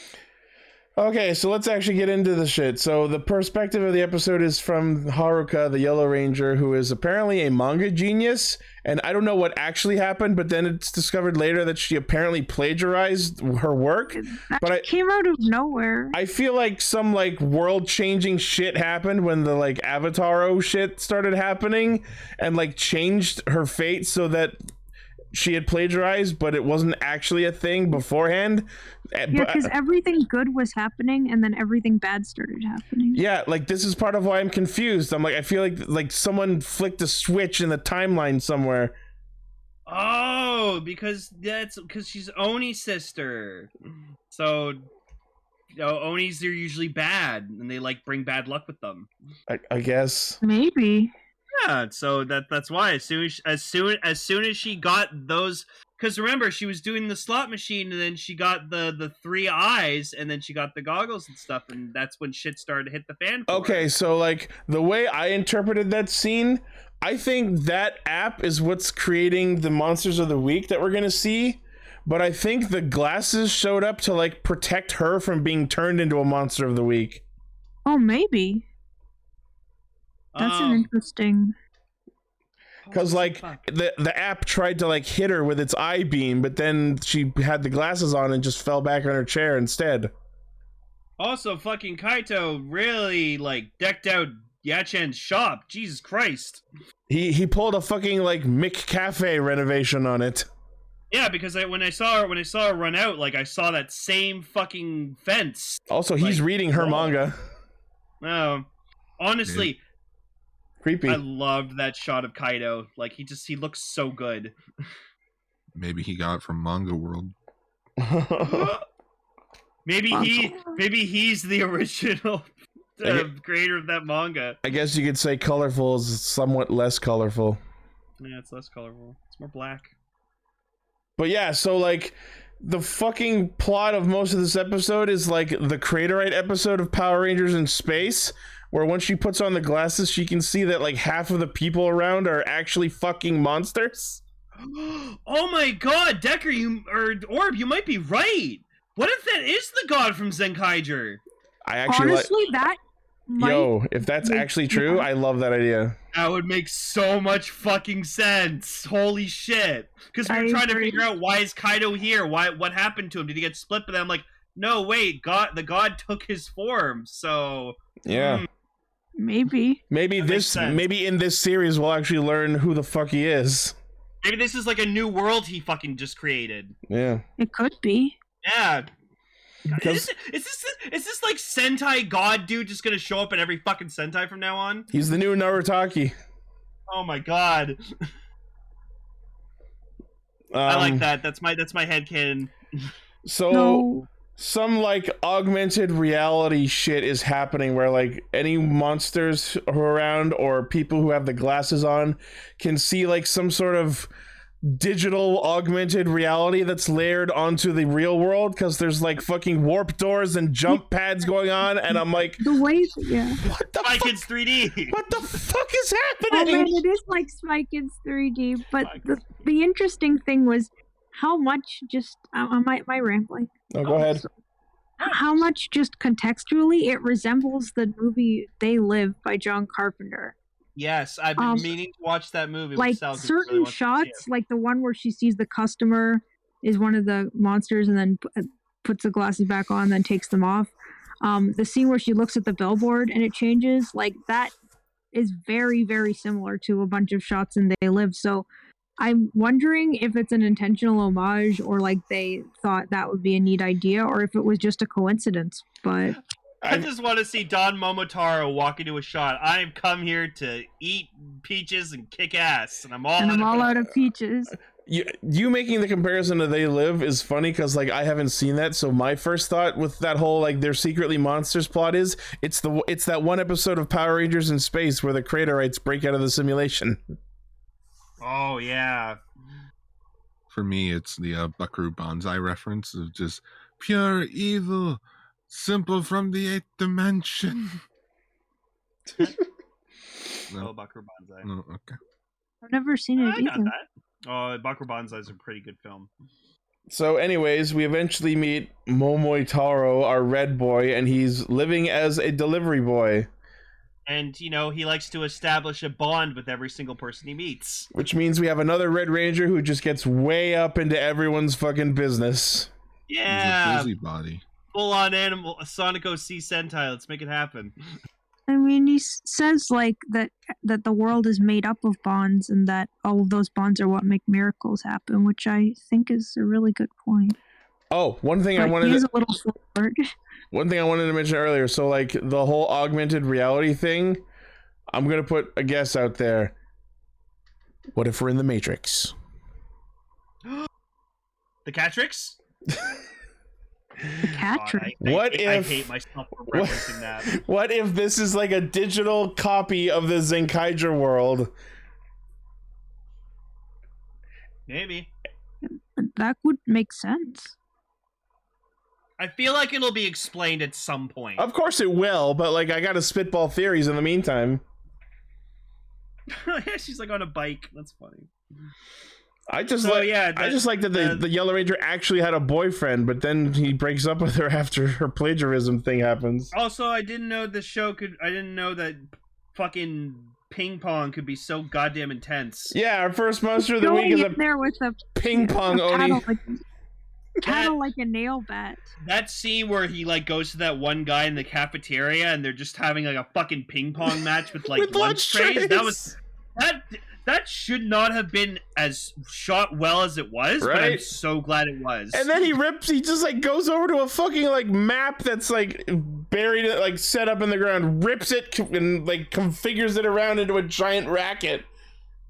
B: Okay, so let's actually get into the shit. So the perspective of the episode is from Haruka, the Yellow Ranger, who is apparently a manga genius, and I don't know what actually happened, but then it's discovered later that she apparently plagiarized her work.
C: That
B: But I-
C: came out of nowhere.
B: I feel like some like world changing shit happened when the like Avataro shit started happening and like changed her fate so that she had plagiarized, but it wasn't actually a thing beforehand. Eh,
C: yeah,
B: but-
C: because everything good was happening, and then everything bad started happening.
B: yeah, like this is part of why I'm confused. I'm like, I feel like like someone flicked a switch in the timeline somewhere.
I: Oh, because that's because she's Oni's sister. So, you know, Onis are usually bad, and they like bring bad luck with them.
B: I, I guess.
C: Maybe.
I: Yeah, so that that's why as soon as, as soon as soon as she got those, because remember she was doing the slot machine, and then she got the the three eyes, and then she got the goggles and stuff, and that's when shit started to hit the fan. for her.
B: Okay, so like the way I interpreted that scene, I think that app is what's creating the monsters of the week that we're gonna see. But I think the glasses showed up to like protect her from being turned into a monster of the week.
C: Oh, maybe. That's
I: Um,
C: an interesting.
B: Cause like
I: fuck.
B: the the app tried to like hit her with its eye beam, but then she had the glasses on and just fell back on her chair instead.
I: Also, fucking Kaito really like decked out Yachen's shop. Jesus Christ.
B: He he pulled a fucking like Mick Cafe renovation on it.
I: Yeah, because I, when I saw her when I saw her run out, like I saw that same fucking fence.
B: Also, he's
I: Like,
B: reading her
I: oh.
B: manga.
I: Oh, honestly,
B: Creepy.
I: I loved that shot of Kaido. Like he just he looks so good.
A: Maybe he got it from Manga World.
I: maybe he maybe he's the original uh, creator of that manga.
B: I guess you could say colorful is somewhat less colorful.
I: Yeah, it's less colorful. It's more black.
B: But yeah, so like the fucking plot of most of this episode is like the Craterite episode of Power Rangers in Space, where once she puts on the glasses, she can see that like half of the people around are actually fucking monsters.
I: oh my god, Decker, you or Orb, you might be right. What if that is the god from Zenkaiger?
B: I actually like.
C: Honestly, that might.
B: Yo, if that's
C: make-
B: actually true,
C: yeah.
B: I love that idea.
I: That would make so much fucking sense. Holy shit. Because we were
C: I
I: trying
C: agree.
I: to figure out why is Kaido here? Why what happened to him? Did he get split? But then I'm like, no, wait, God the god took his form, so
B: Yeah.
I: Hmm.
C: Maybe.
B: Maybe
I: That makes
B: this,
I: sense.
B: maybe in this series, we'll actually learn who the fuck he is.
I: maybe this is like a new world he fucking just created.
B: Yeah.
C: It could be.
I: Yeah. God,
B: Because-
I: Is this, is this is this like Sentai God dude just gonna show up in every fucking Sentai from now on?
B: He's the new Narutaki.
I: Oh my god. I
B: Um,
I: like that. That's my that's my headcanon.
B: So
C: No.
B: some like augmented reality shit is happening where like any monsters who are around or people who have the glasses on can see like some sort of digital augmented reality that's layered onto the real world because there's like fucking warp doors and jump pads going on and i'm like
C: The way. Yeah.
B: what the
I: My
B: fuck
I: kids 3D.
B: what the fuck is
C: Oh man,
B: happening
C: it is like Spy Kids 3D. But the, the interesting thing was how much just uh, uh, my my rambling.
B: oh go ahead
C: How much just contextually it resembles the movie They Live by John Carpenter.
I: Yes, I've been
C: Um,
I: meaning to watch that movie.
C: like
I: with Sal, 'cause he really
C: certain
I: wants to see it.
C: shots, like the one where she sees the customer is one of the monsters and then p- uh, puts the glasses back on, then takes them off. Um, the scene where she looks at the billboard and it changes, like that is very, very similar to a bunch of shots in They Live. So I'm wondering if it's an intentional homage or like they thought that would be a neat idea or if it was just a coincidence.
I: Uh,
C: But
I: I
B: I-
I: just want to see Don Momotaro walk into a shot. I've come here to eat peaches and kick ass, and I'm all.
C: and
I: out
C: I'm
I: of
C: all
I: it.
C: out of peaches.
B: you, you making the comparison to they live is funny because like i haven't seen that so my first thought with that whole like they're secretly monsters plot is it's the it's that one episode of power rangers in space where the craterites break out of the simulation
I: Oh yeah.
A: For me, it's the uh, Buckaroo Banzai reference of just pure evil, simple from the eighth dimension.
I: Oh,
A: no,
I: Buckaroo Banzai.
A: no, Oh, okay.
C: I've never seen it
I: I got
C: either.
I: that. Oh, Buckaroo Banzai is a pretty good film.
B: So, anyways, we eventually meet Momoitaro, our red boy, and he's living as a delivery boy,
I: And you know he likes to establish a bond with every single person he meets.
B: which means we have another Red Ranger who just gets way up into everyone's fucking business.
I: Yeah,
A: He's a busybody.
I: full on animal Sonic OC Sentai. Let's make it happen.
C: I mean, he s- says like that that the world is made up of bonds, and that all of those bonds are what make miracles happen, which I think is a really good point.
B: Oh, one thing I
C: But he
B: wanted
C: is
B: to,
C: a little forward.
B: one thing I wanted to mention earlier. So, like the whole augmented reality thing, I'm gonna put a guess out there. What if we're in the Matrix?
I: The Catrix.
C: The cat
I: God,
C: trick.
I: I, I,
B: What
I: I
B: if-
I: hate myself for referencing that?
B: What if this is like a digital copy of the Zenkaiger world?
I: Maybe.
C: That would make sense.
I: I feel like it'll be explained at some point.
B: Of course it will, but like I gotta spitball theories in the meantime.
I: She's like on a bike. That's funny.
B: I just
I: So,
B: like
I: yeah,
B: I
I: that-
B: just like that the,
I: uh,
B: the Yellow Ranger actually had a boyfriend, but then he breaks up with her after her plagiarism thing happens.
I: Also, I didn't know the show could. I didn't know that fucking ping pong could be so goddamn intense.
B: Yeah, our first monster of the
C: Going
B: week is
C: in
B: a
C: there with a
B: ping pong
C: a
B: Oni.
C: paddle like, paddle like a nail bat.
I: That scene where he like goes to that one guy in the cafeteria and they're just having like a fucking ping pong match with like
B: With lunch trays.
I: That was that that should not have been as shot well as it was. But I'm
B: Right?
I: so glad it was.
B: And then he rips. He just like goes over to a fucking like map that's like buried, like set up in the ground. Rips it co- and like configures it around into a giant racket.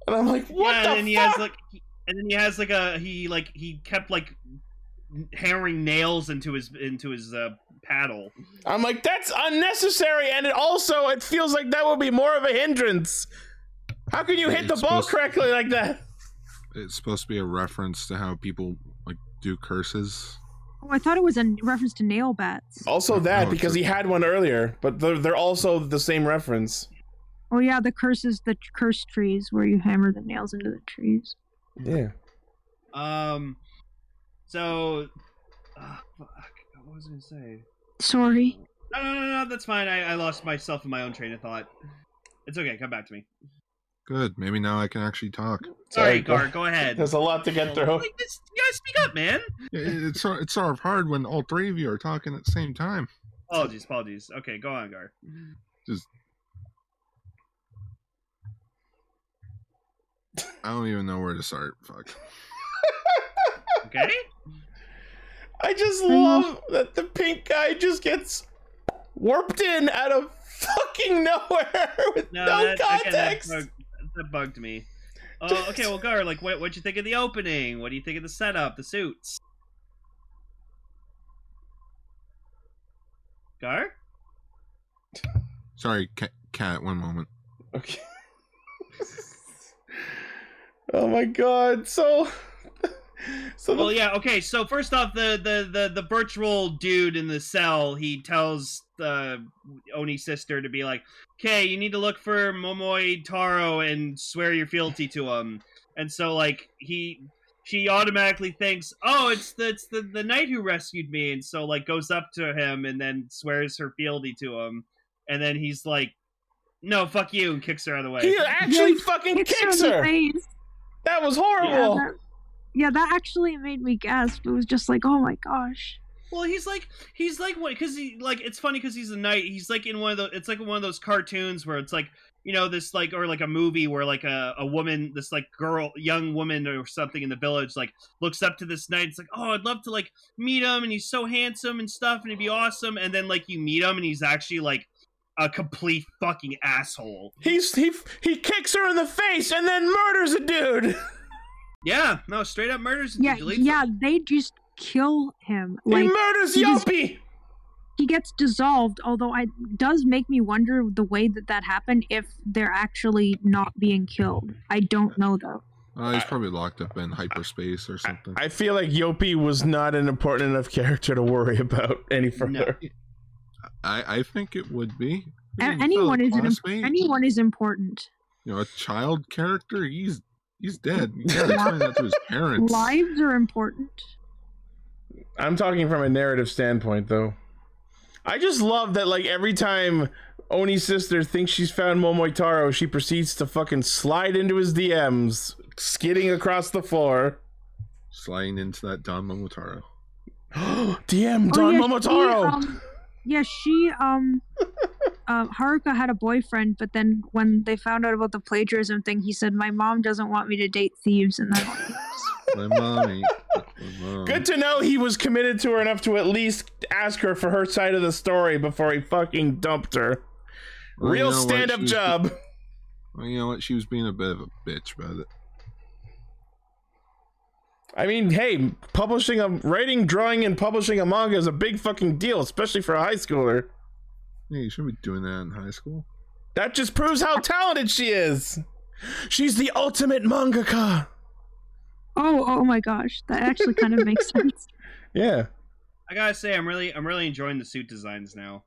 B: And I'm like, what
I: yeah,
B: the
I: and then
B: fuck?
I: he has like, he- and then he has like a he like he kept like hammering nails into his into his uh, paddle.
B: I'm like, that's unnecessary, and it also it feels like that would be more of a hindrance. How can you hit the
A: It's
B: ball
A: supposed-
B: correctly like that?
A: It's supposed to be a reference to how people like do curses.
C: Oh, I thought it was a reference to nail bats.
B: Also that
A: No,
B: because
A: it's
B: he
A: a-
B: had one earlier, but they're, they're also the same reference.
C: Oh yeah, the curses, the cursed trees, where you hammer the nails into the trees.
B: Yeah.
I: Um, so, ah, fuck, what was I gonna say?
C: Sorry.
I: No, no, no, no, that's fine. I, I lost myself in my own train of thought. It's okay. Come back to me.
A: Good. Maybe now I can actually talk.
I: Sorry,
B: Sorry, go-
I: Gar. Go ahead.
B: There's a lot to get through.
I: Like this, you gotta speak up, man.
A: Yeah, it- It's sort it's sort of hard when all three of you are talking at the same time.
I: Apologies, apologies. Okay, go on, Gar.
A: I don't even know where to start. Fuck.
I: Okay.
B: I just love that the pink guy just gets warped in out of fucking nowhere with no,
I: again,
B: context.
I: That, bugged, that bugged me. Oh, okay. Well, Gar, like, what what'd you think of the opening? What do you think of the setup, the suits? Gar,
A: Sorry, Ca- cat. One moment.
B: Okay. oh my god. So so the-
I: Well, yeah. Okay. So first off, the the the the virtual dude in the cell, he tells the Oni's sister to be like, "Okay, you need to look for Momoi Taro and swear your fealty to him." And so like he she automatically thinks, "Oh, it's the it's the the knight who rescued me," and so like goes up to him and then swears her fealty to him, and then he's like, "No, fuck you," and kicks her out of the way.
B: he actually
C: Yeah,
B: fucking
C: Kicks her in
B: kicks
C: the
B: her.
C: face.
B: That was
C: Yeah,
B: horrible.
C: that, yeah, that actually made me gasp. It was just like, oh my gosh.
I: Well, he's like he's like what? Because he like it's funny because he's a knight. He's like in one of those. It's like in one of those cartoons where it's like you know this like or like a movie where like a, a woman this like girl young woman or something in the village like looks up to this knight. It's like oh I'd love to like meet him and he's so handsome and stuff and it'd be awesome. And then like you meet him and he's actually like a complete fucking asshole.
B: He's he he kicks her in the face and then murders a dude.
I: Yeah, no, straight up murders. and
C: Yeah,
I: deletes him.
C: yeah, they just kill him.
B: he
C: Like
B: murders
C: he just-
B: Yopi.
C: he gets dissolved. Although I does make me wonder the way that that happened. If they're actually not being killed, I don't know though.
A: Uh, he's probably locked up in hyperspace or something.
B: I feel like Yopi was not an important enough character to worry about any further.
A: I, I think it would be.
C: A-
A: Hmm,
C: anyone
A: fellow
C: is an imp-
A: classmate,
C: anyone is important.
A: You know, a child character. He's he's dead. You gotta explain that to his parents.
C: Lives are important.
B: I'm talking from a narrative standpoint, though. I just love that, like, every time Oni's sister thinks she's found Momoitaro, she proceeds to fucking slide into his DMs, skidding across the floor.
A: Sliding into that Don Momotaro.
B: DM
C: Oh,
B: Don
C: yeah,
B: Momotaro!
C: She, um, yeah, she um, uh, Haruka had a boyfriend, but then when they found out about the plagiarism thing, he said, "My mom doesn't want me to date thieves," and then
A: My mommy. my mom.
B: Good to know he was committed to her enough to at least ask her for her side of the story before he fucking dumped her.
A: Well, you
B: Real
A: know what?
B: stand up
A: She was-
B: job.
A: Well, you know what? She was being a bit of a bitch about it.
B: I mean, hey, publishing a writing, drawing, and publishing a manga is a big fucking deal, especially for a high schooler.
A: Yeah, you shouldn't be doing that in high school.
B: That just proves how talented she is. She's the ultimate mangaka.
C: oh, oh my gosh, that actually kind of makes sense.
B: Yeah.
I: I gotta say, I'm really, I'm really enjoying the suit designs now.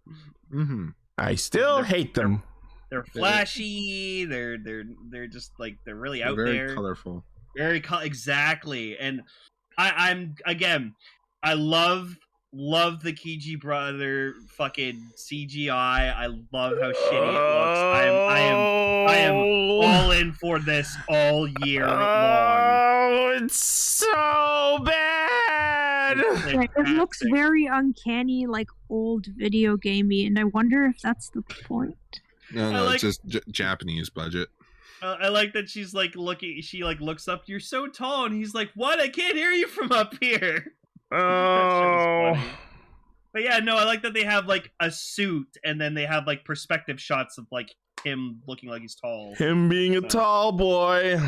A: Mm-hmm.
B: I still hate them.
I: They're flashy. They're, they're, they're just like they're really out
A: Very
I: there.
A: colorful.
I: Very co- exactly. And I, I'm again, I love love the Kiji brother fucking CGI. I love how shitty it looks. I am I am I am all in for this all year long.
B: Oh, it's so bad.
C: Yeah, it looks
I: Fantastic.
C: very uncanny, like old video gamey, and I wonder if that's the point.
A: No,
I: I
A: no,
I: like-
A: it's just J- Japanese budget.
I: Uh, I like that she's like looking. She like looks up. You're so tall, and he's like, "What? I can't hear you from up here."
B: Oh.
I: funny. But yeah, no, I like that they have like a suit, and then they have like perspective shots of like him looking like he's tall.
B: Him being a tall boy.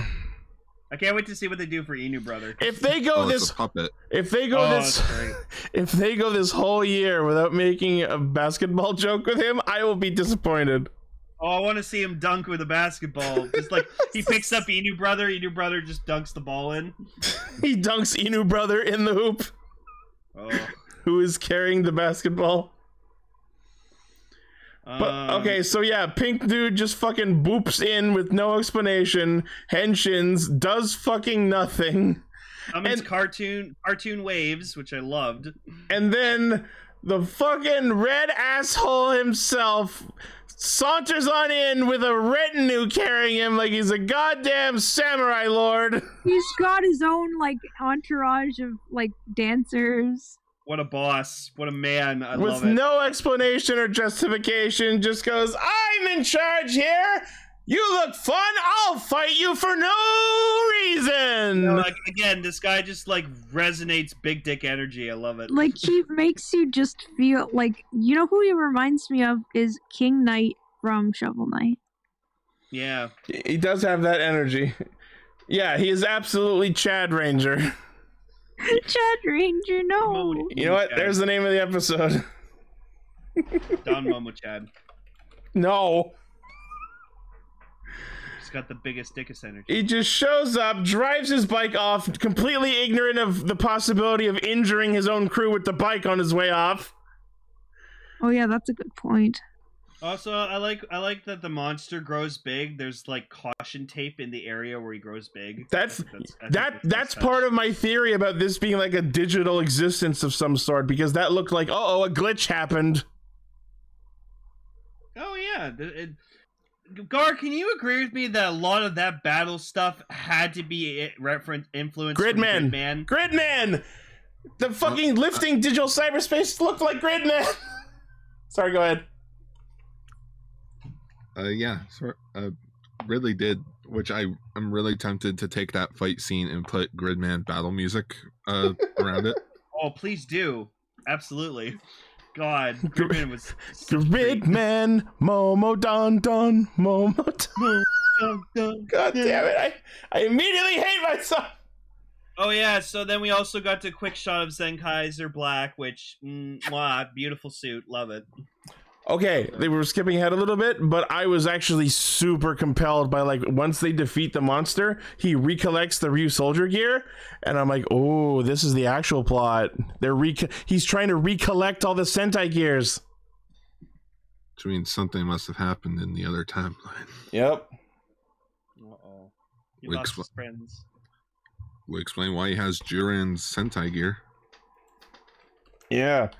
I: I can't wait to see what they do for Inu brother.
B: If they go
A: Oh, it's
B: this
A: a puppet.
B: if they go
I: Oh,
B: this
I: that's great.
B: if they go this whole year without making a basketball joke with him, I will be disappointed.
I: Oh, I want to see him dunk with a basketball. Just like he picks up Inu brother, Inu brother just dunks the ball in.
B: He dunks Inu brother in the hoop.
I: Oh,
B: who is carrying the basketball. But
I: um,
B: okay, so yeah, pink dude just fucking boops in with no explanation, henshins, does fucking nothing,
I: I'm into
B: and-
I: cartoon cartoon waves, which I loved.
B: and then the fucking red asshole himself saunters on in with a retinue carrying him like he's a goddamn samurai lord.
C: He's got his own like entourage of like dancers.
I: What a boss! What a man! I
B: with
I: love it.
B: no explanation or justification, just goes, I'm in charge here. You look fun. I'll fight you for no reason.
I: No, like again, this guy just like resonates big dick energy. I love it.
C: Like he makes you just feel like you know who he reminds me of is King Knight from Shovel Knight.
I: yeah,
B: he does have that energy. Yeah, he is absolutely Chad Ranger.
C: Chad Ranger, no.
I: Momo-
B: You know what?
I: Chad.
B: There's the name of the episode.
I: Don Momo Chad.
B: No.
I: He's got the biggest dickest energy.
B: He just shows up, drives his bike off, completely ignorant of the possibility of injuring his own crew with the bike on his way off.
C: Oh yeah, that's a good point.
I: Also, I like I like that the monster grows big. There's like caution tape in the area where he grows big.
B: That's-
I: I think
B: That
I: a nice
B: that's
I: touch.
B: part of my theory about this being like a digital existence of some sort because that looked like oh a glitch happened.
I: Oh yeah. the- it- Gar, can you agree with me that a lot of that battle stuff had to be i- reference influenced from
B: Gridman.
I: Gridman?
B: Gridman, the fucking lifting digital cyberspace looked like Gridman. Sorry, go ahead.
A: Uh, yeah, sort uh, Ridley did, which I I'm really tempted to take that fight scene and put Gridman battle music uh, around it.
I: Oh, please do. Absolutely. God, Gridman was
B: Gridman, Momo Don Don Momo. Don. God damn it! I I immediately hate myself.
I: Oh yeah, so then we also got to quick shot of Zen Kaiser Black, which mm, wow, beautiful suit, love it.
B: Okay, they were skipping ahead a little bit, but I was actually super compelled by like once they defeat the monster, he recollects the Ryu soldier gear, and I'm like, oh, this is the actual plot. They're re- he's trying to recollect all the Sentai gears.
A: Which means something must have happened in the other timeline.
B: Yep.
I: Uh oh, he
A: We
I: lost
A: expl-
I: his friends.
A: We explain why he has Jiren's Sentai gear.
B: Yeah.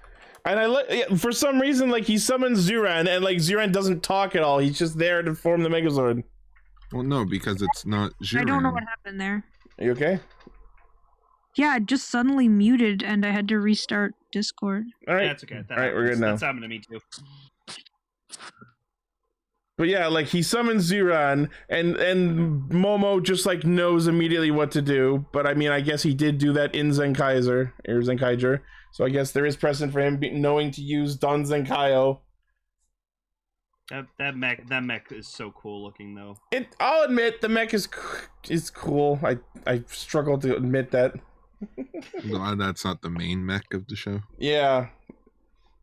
B: And I like yeah, for some reason like he summons Zuran and like Zuran doesn't talk at all. He's just there to form the Megazord.
A: Well, no, because it's not Jiren.
C: I don't know what happened there.
B: Are you okay?
C: Yeah, it just suddenly muted and I had to restart Discord.
B: All right.
I: That's okay. That
B: All right, we're good
I: happens.
B: now.
I: That's happened to me too.
B: But yeah, like he summons Zeron, and and Momo just like knows immediately what to do. But I mean, I guess he did do that in Zenkaiser or Zenkaiger. So I guess there is precedent for him be- knowing to use Don Zenkaio.
I: That that mech that mech is so cool looking though.
B: It, I'll admit the mech is c- is cool. I I struggle to admit that.
A: I'm glad that's not the main mech of the show.
B: Yeah,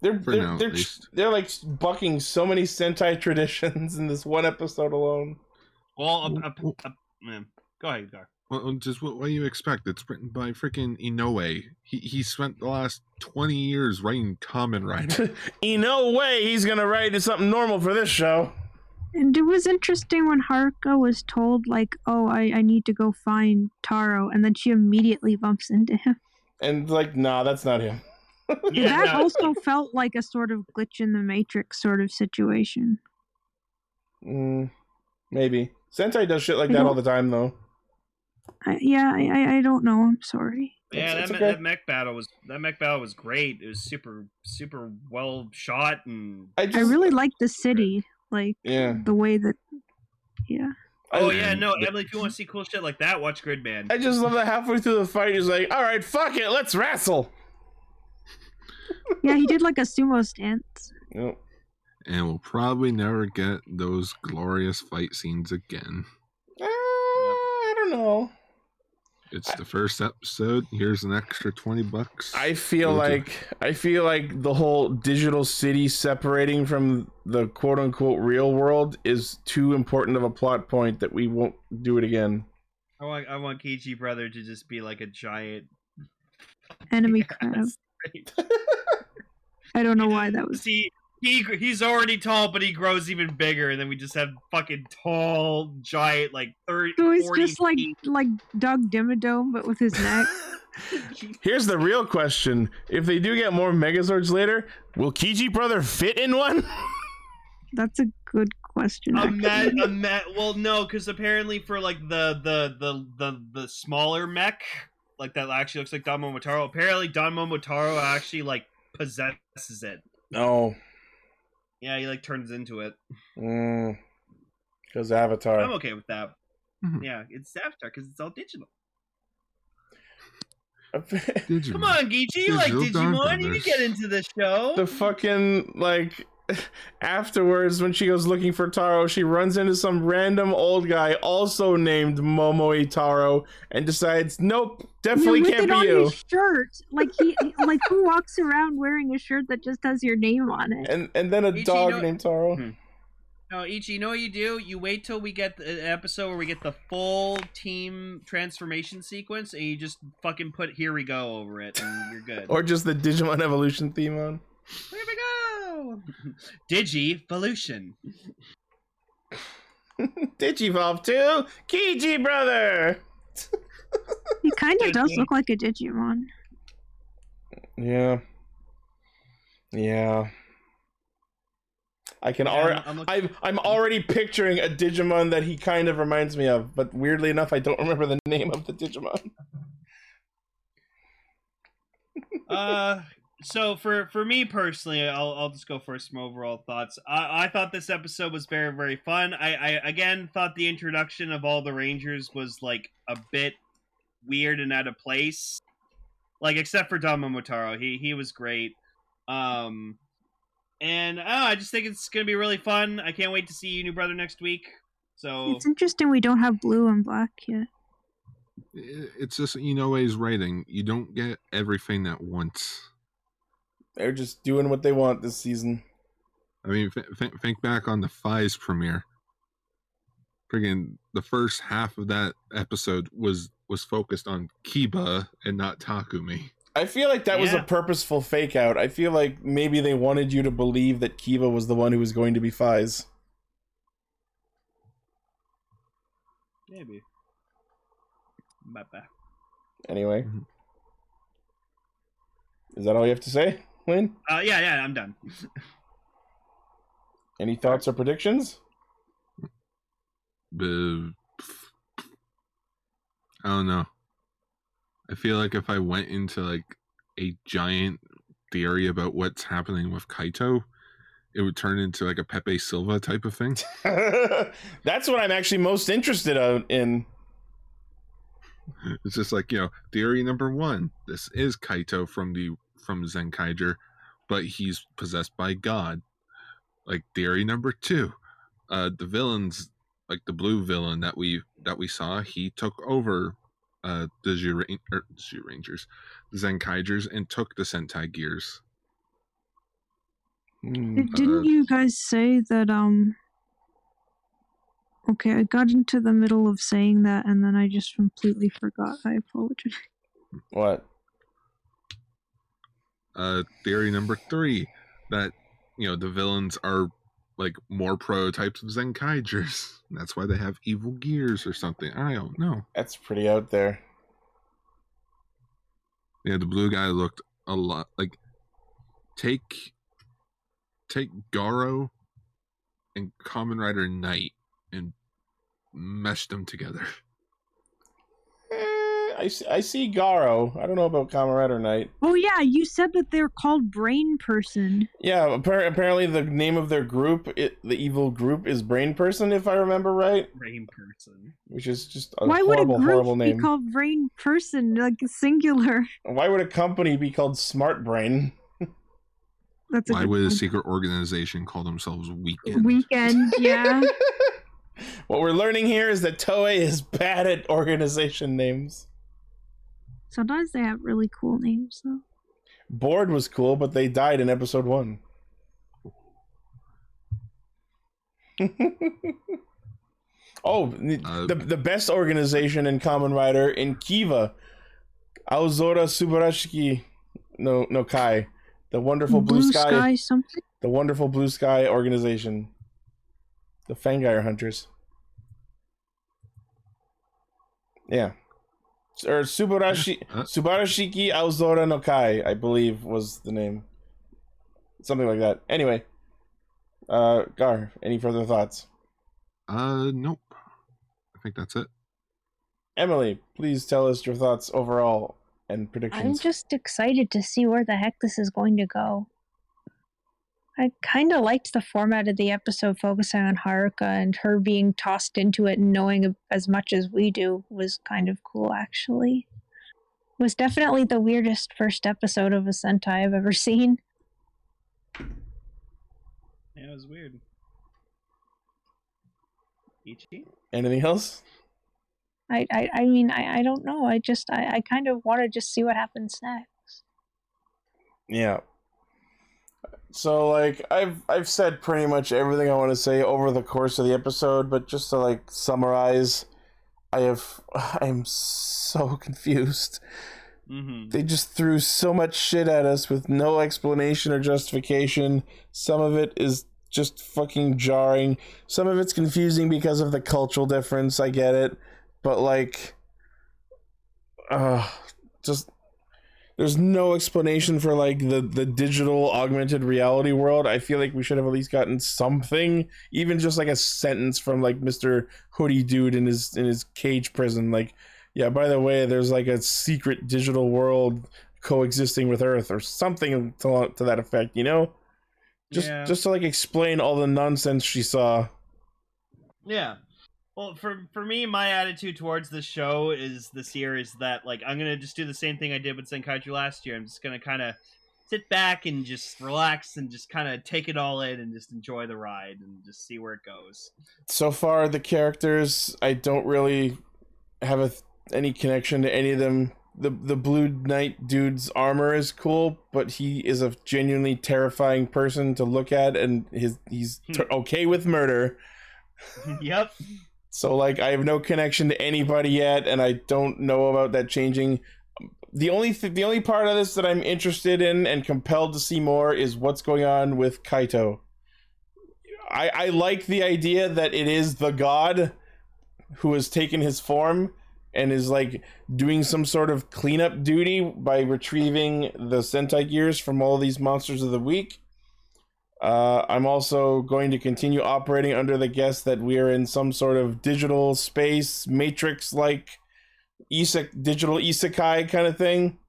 B: they're
A: For
B: they're
A: now, at
B: they're, tr-
A: least.
B: they're like bucking so many Sentai traditions in this one episode alone.
I: Well, up, up,
A: Well-
I: up, man. Go ahead, Gar.
A: Well, well, just what, what do you expect? It's written by freaking Inoue. He he spent the last twenty years writing Common Rider.
B: In no way he's gonna write something normal for this show.
C: And it was interesting when Haruka was told, like, oh, I, I need to go find Taro, and then she immediately bumps into him.
B: And like, nah, that's not him.
I: Yeah,
C: that
I: no,
C: also felt like a sort of glitch in the matrix sort of situation.
B: Mm, maybe. Sentai does shit like
C: I
B: that
C: don't-
B: all the time, though.
C: I, yeah, I, I, I don't know. I'm sorry.
I: yeah,
B: It's-
I: that,
B: it's
I: me-
B: okay.
I: that mech battle was that mech battle was great. It was super super well shot and
B: I, just,
C: I really like the city, like
B: Yeah.
C: the way that. Yeah.
I: oh
B: I,
I: yeah no Emily if you want to see cool shit like that watch Gridman.
B: I just love that halfway through the fight, he's like, all right, fuck it, let's wrestle.
C: Yeah, he did like a sumo stance.
B: Yep.
A: and we'll probably never get those glorious fight scenes again.
B: Uh, I don't know.
A: It's the first episode. Here's an extra twenty bucks.
B: I feel
A: Go to-
B: like I feel like the whole digital city separating from the quote unquote real world is too important of a plot point that we won't do it again.
I: I want I want Kichi brother to just be like a giant
C: Enemy
I: Yeah,
C: crab.
I: that's right.
C: I don't know why that was.
I: See, he he's already tall, but he grows even bigger, and then we just have fucking tall, giant, like 30,
C: So he's
I: 40
C: just like
I: feet.
C: like Doug Dimmadome, but with his neck.
B: Here's the real question: If they do get more Megazords later, will Kiji brother fit in one?
C: That's a good question.
I: a
C: actually.
I: met, a met. Well, no, because apparently for like the the the the the smaller mech, like that actually looks like Don Momotaro. Apparently, Don Momotaro actually like possesses it.
B: No.
I: Yeah, he like turns into it.
B: Because
I: I'm
B: Mm, Avatar.
I: okay with that.
C: Mm-hmm.
A: Mhm.
I: Yeah, it's Avatar because it's all digital.
A: Digimon.
I: Come on, Geechee, you like
A: Digital Don
I: Digimon? You can
A: Brothers.
I: get into the show.
B: the fucking like afterwards when she goes looking for Taro, she runs into some random old guy also named Momoe Taro and decides, nope,
C: Yeah,
B: definitely
C: with
B: can't
C: it
B: be
C: on
B: you.
C: his shirt. Like he, like who walks around wearing a shirt that just has your name on it?
B: And and then a
I: Ichi,
B: dog
I: no-
B: named Taro.
I: Hmm. No, Ichi, you know what you do? You wait till we get the episode where we get the full team transformation sequence, and you just fucking put "Here we go" over it, and you're good.
B: Or just the Digimon Evolution theme on.
I: Here we go, Digivolution.
B: Digivolve 2, Kiji brother.
C: He kind of does look like a Digimon.
B: Yeah. Yeah. I can
I: Yeah,
B: already
I: I'm- I'm looking-
B: I'm I'm already picturing a Digimon that he kind of reminds me of, but weirdly enough, I don't remember the name of the Digimon.
I: Uh, so for for me personally, I'll I'll just go for some overall thoughts. I I thought this episode was very very fun. I I again thought the introduction of all the Rangers was like a bit weird and out of place. Like except for Don Momotaro, he he was great. Um, and I don't know, I just think it's gonna be really fun. I can't wait to see you, new brother, next week. So
C: It's interesting we don't have blue and black yet.
A: I- It's just Inoue's writing. You don't get everything at once.
B: They're just doing what they want this season.
A: I mean, th- th- think back on the Fies premiere. Friggin' the first half of that episode was was focused on Kiba and not Takumi.
B: I feel like that was a
I: Yeah.
B: purposeful fake out. I feel like maybe they wanted you to believe that Kiva was the one who was going to be Fize.
I: maybe. Bye bye.
B: Anyway, Is that all you have to say, Lynn?
I: Uh, yeah, yeah, I'm done.
B: Any thoughts or predictions?
A: Uh, I don't know. I feel like if I went into like a giant theory about what's happening with Kaito, it would turn into like a Pepe Silva type of thing.
B: That's what I'm actually most interested of- in.
A: It's just like you know, theory number one: this is Kaito from the from Zenkaiger, but he's possessed by God. Like theory number two, uh, the villains, like the blue villain that we that we saw, he took over uh, the Zhu er, Zhu Rangers, the Zenkaigers, and took the Sentai Gears.
B: Hmm.
A: Uh,
C: Didn't you guys say that um Okay, I got into the middle of saying that and then I just completely forgot. I apologize.
B: What?
A: uh, theory number three that you know the villains are like more prototypes of Zenkaigers. That's why they have evil gears or something. I don't know.
B: That's pretty out there.
A: Yeah, the blue guy looked a lot like take take Garo and Common Rider Knight and mesh them together.
B: Eh, I, see, I see Garo. I don't know about Comrade or Knight.
C: Oh yeah, you said that they're called brain person.
B: Yeah, appar- apparently the name of their group, it, the evil group, is Brain Person, if I remember right,
I: Brain person.
B: which is just a
C: Why
B: horrible,
C: would a
B: horrible
C: group be
B: name.
C: called brain person? Like singular.
B: Why would a company be called Smart Brain?
C: That's a
A: Why
C: good
A: would a
C: one.
A: secret organization call themselves Weekend?
C: weekend, yeah.
B: What we're learning here is that Toei is bad at organization names.
C: Sometimes they have really cool names though.
B: Board was cool, but they died in episode one. oh, n-
A: Uh,
B: the the best organization in Common Rider in Kiva, Aozora Subarashiki, no no Kai, the wonderful blue, sky,
C: something.
B: the wonderful blue sky organization, the Fangire Hunters. Yeah, or Subarashi
A: Uh,
B: Subarashiki Aozora no Kai, I believe was the name, something like that. Anyway, uh, Gar, any further thoughts?
A: uh, nope. I think that's it.
B: Emily, please tell us your thoughts overall and
C: I'm
B: predictions.
C: just excited to see where the heck this is going to go. I kind of liked the format of the episode focusing on Haruka and her being tossed into it and knowing as much as we do was kind of cool, actually. It was definitely the weirdest first episode of a Sentai I've ever seen.
I: Yeah, it was weird. Ichi?
B: Anything else?
C: I, I, I mean, I, I don't know. I just, I, I kind of want to just see what happens next.
B: Yeah. So like I've I've said pretty much everything I want to say over the course of the episode, but just to like summarize, I have I'm so confused.
I: Mm-hmm.
B: They just threw so much shit at us with no explanation or justification. Some of it is just fucking jarring. Some of it's confusing because of the cultural difference. I get it. But, like, uh, just. There's no explanation for like the, the digital augmented reality world. I feel like we should have at least gotten something, even just like a sentence from like Mr. Hoodie dude in his in his cage prison. Like yeah, by the way, there's like a secret digital world coexisting with Earth or something to, to that effect, you know? Just
I: yeah.
B: just to like explain all the nonsense she saw.
I: Yeah. Well, for for me, my attitude towards this show is this year is that like I'm gonna just do the same thing I did with Senkaiju last year. I'm just gonna kind of sit back and just relax and just kind of take it all in and just enjoy the ride and just see where it goes.
B: So far the characters, I don't really have a, th- any connection to any of them. The the blue knight dude's armor is cool, but he is a genuinely terrifying person to look at and his he's t- okay with murder.
I: yep.
B: So like I have no connection to anybody yet, and I don't know about that changing. The only th- the only part of this that I'm interested in and compelled to see more is what's going on with Kaito. I I like the idea that it is the god who has taken his form, and is like doing some sort of cleanup duty by retrieving the Sentai gears from all these monsters of the week. Uh, I'm also going to continue operating under the guess that we are in some sort of digital space matrix like isek digital isekai kind of thing.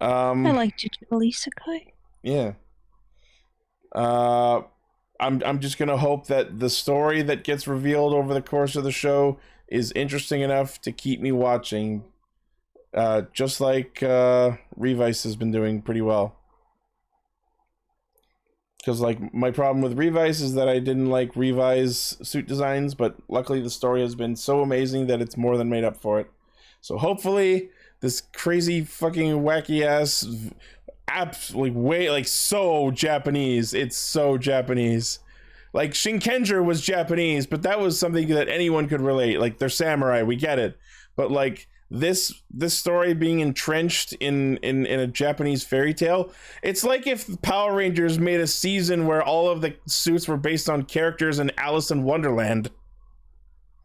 B: Um,
J: I like digital isekai.
B: yeah. Uh, I'm I'm just gonna hope that the story that gets revealed over the course of the show is interesting enough to keep me watching. Uh, just like uh, Revice has been doing pretty well. Because like my problem with Revice is that I didn't like Revice suit designs, but luckily the story has been so amazing that it's more than made up for it. So hopefully this crazy fucking wacky ass absolutely way like so Japanese. It's so Japanese. Like Shinkenger was Japanese, but that was something that anyone could relate. Like they're samurai, we get it. But like this this story being entrenched in in in a Japanese fairy tale, it's like if Power Rangers made a season where all of the suits were based on characters in Alice in Wonderland.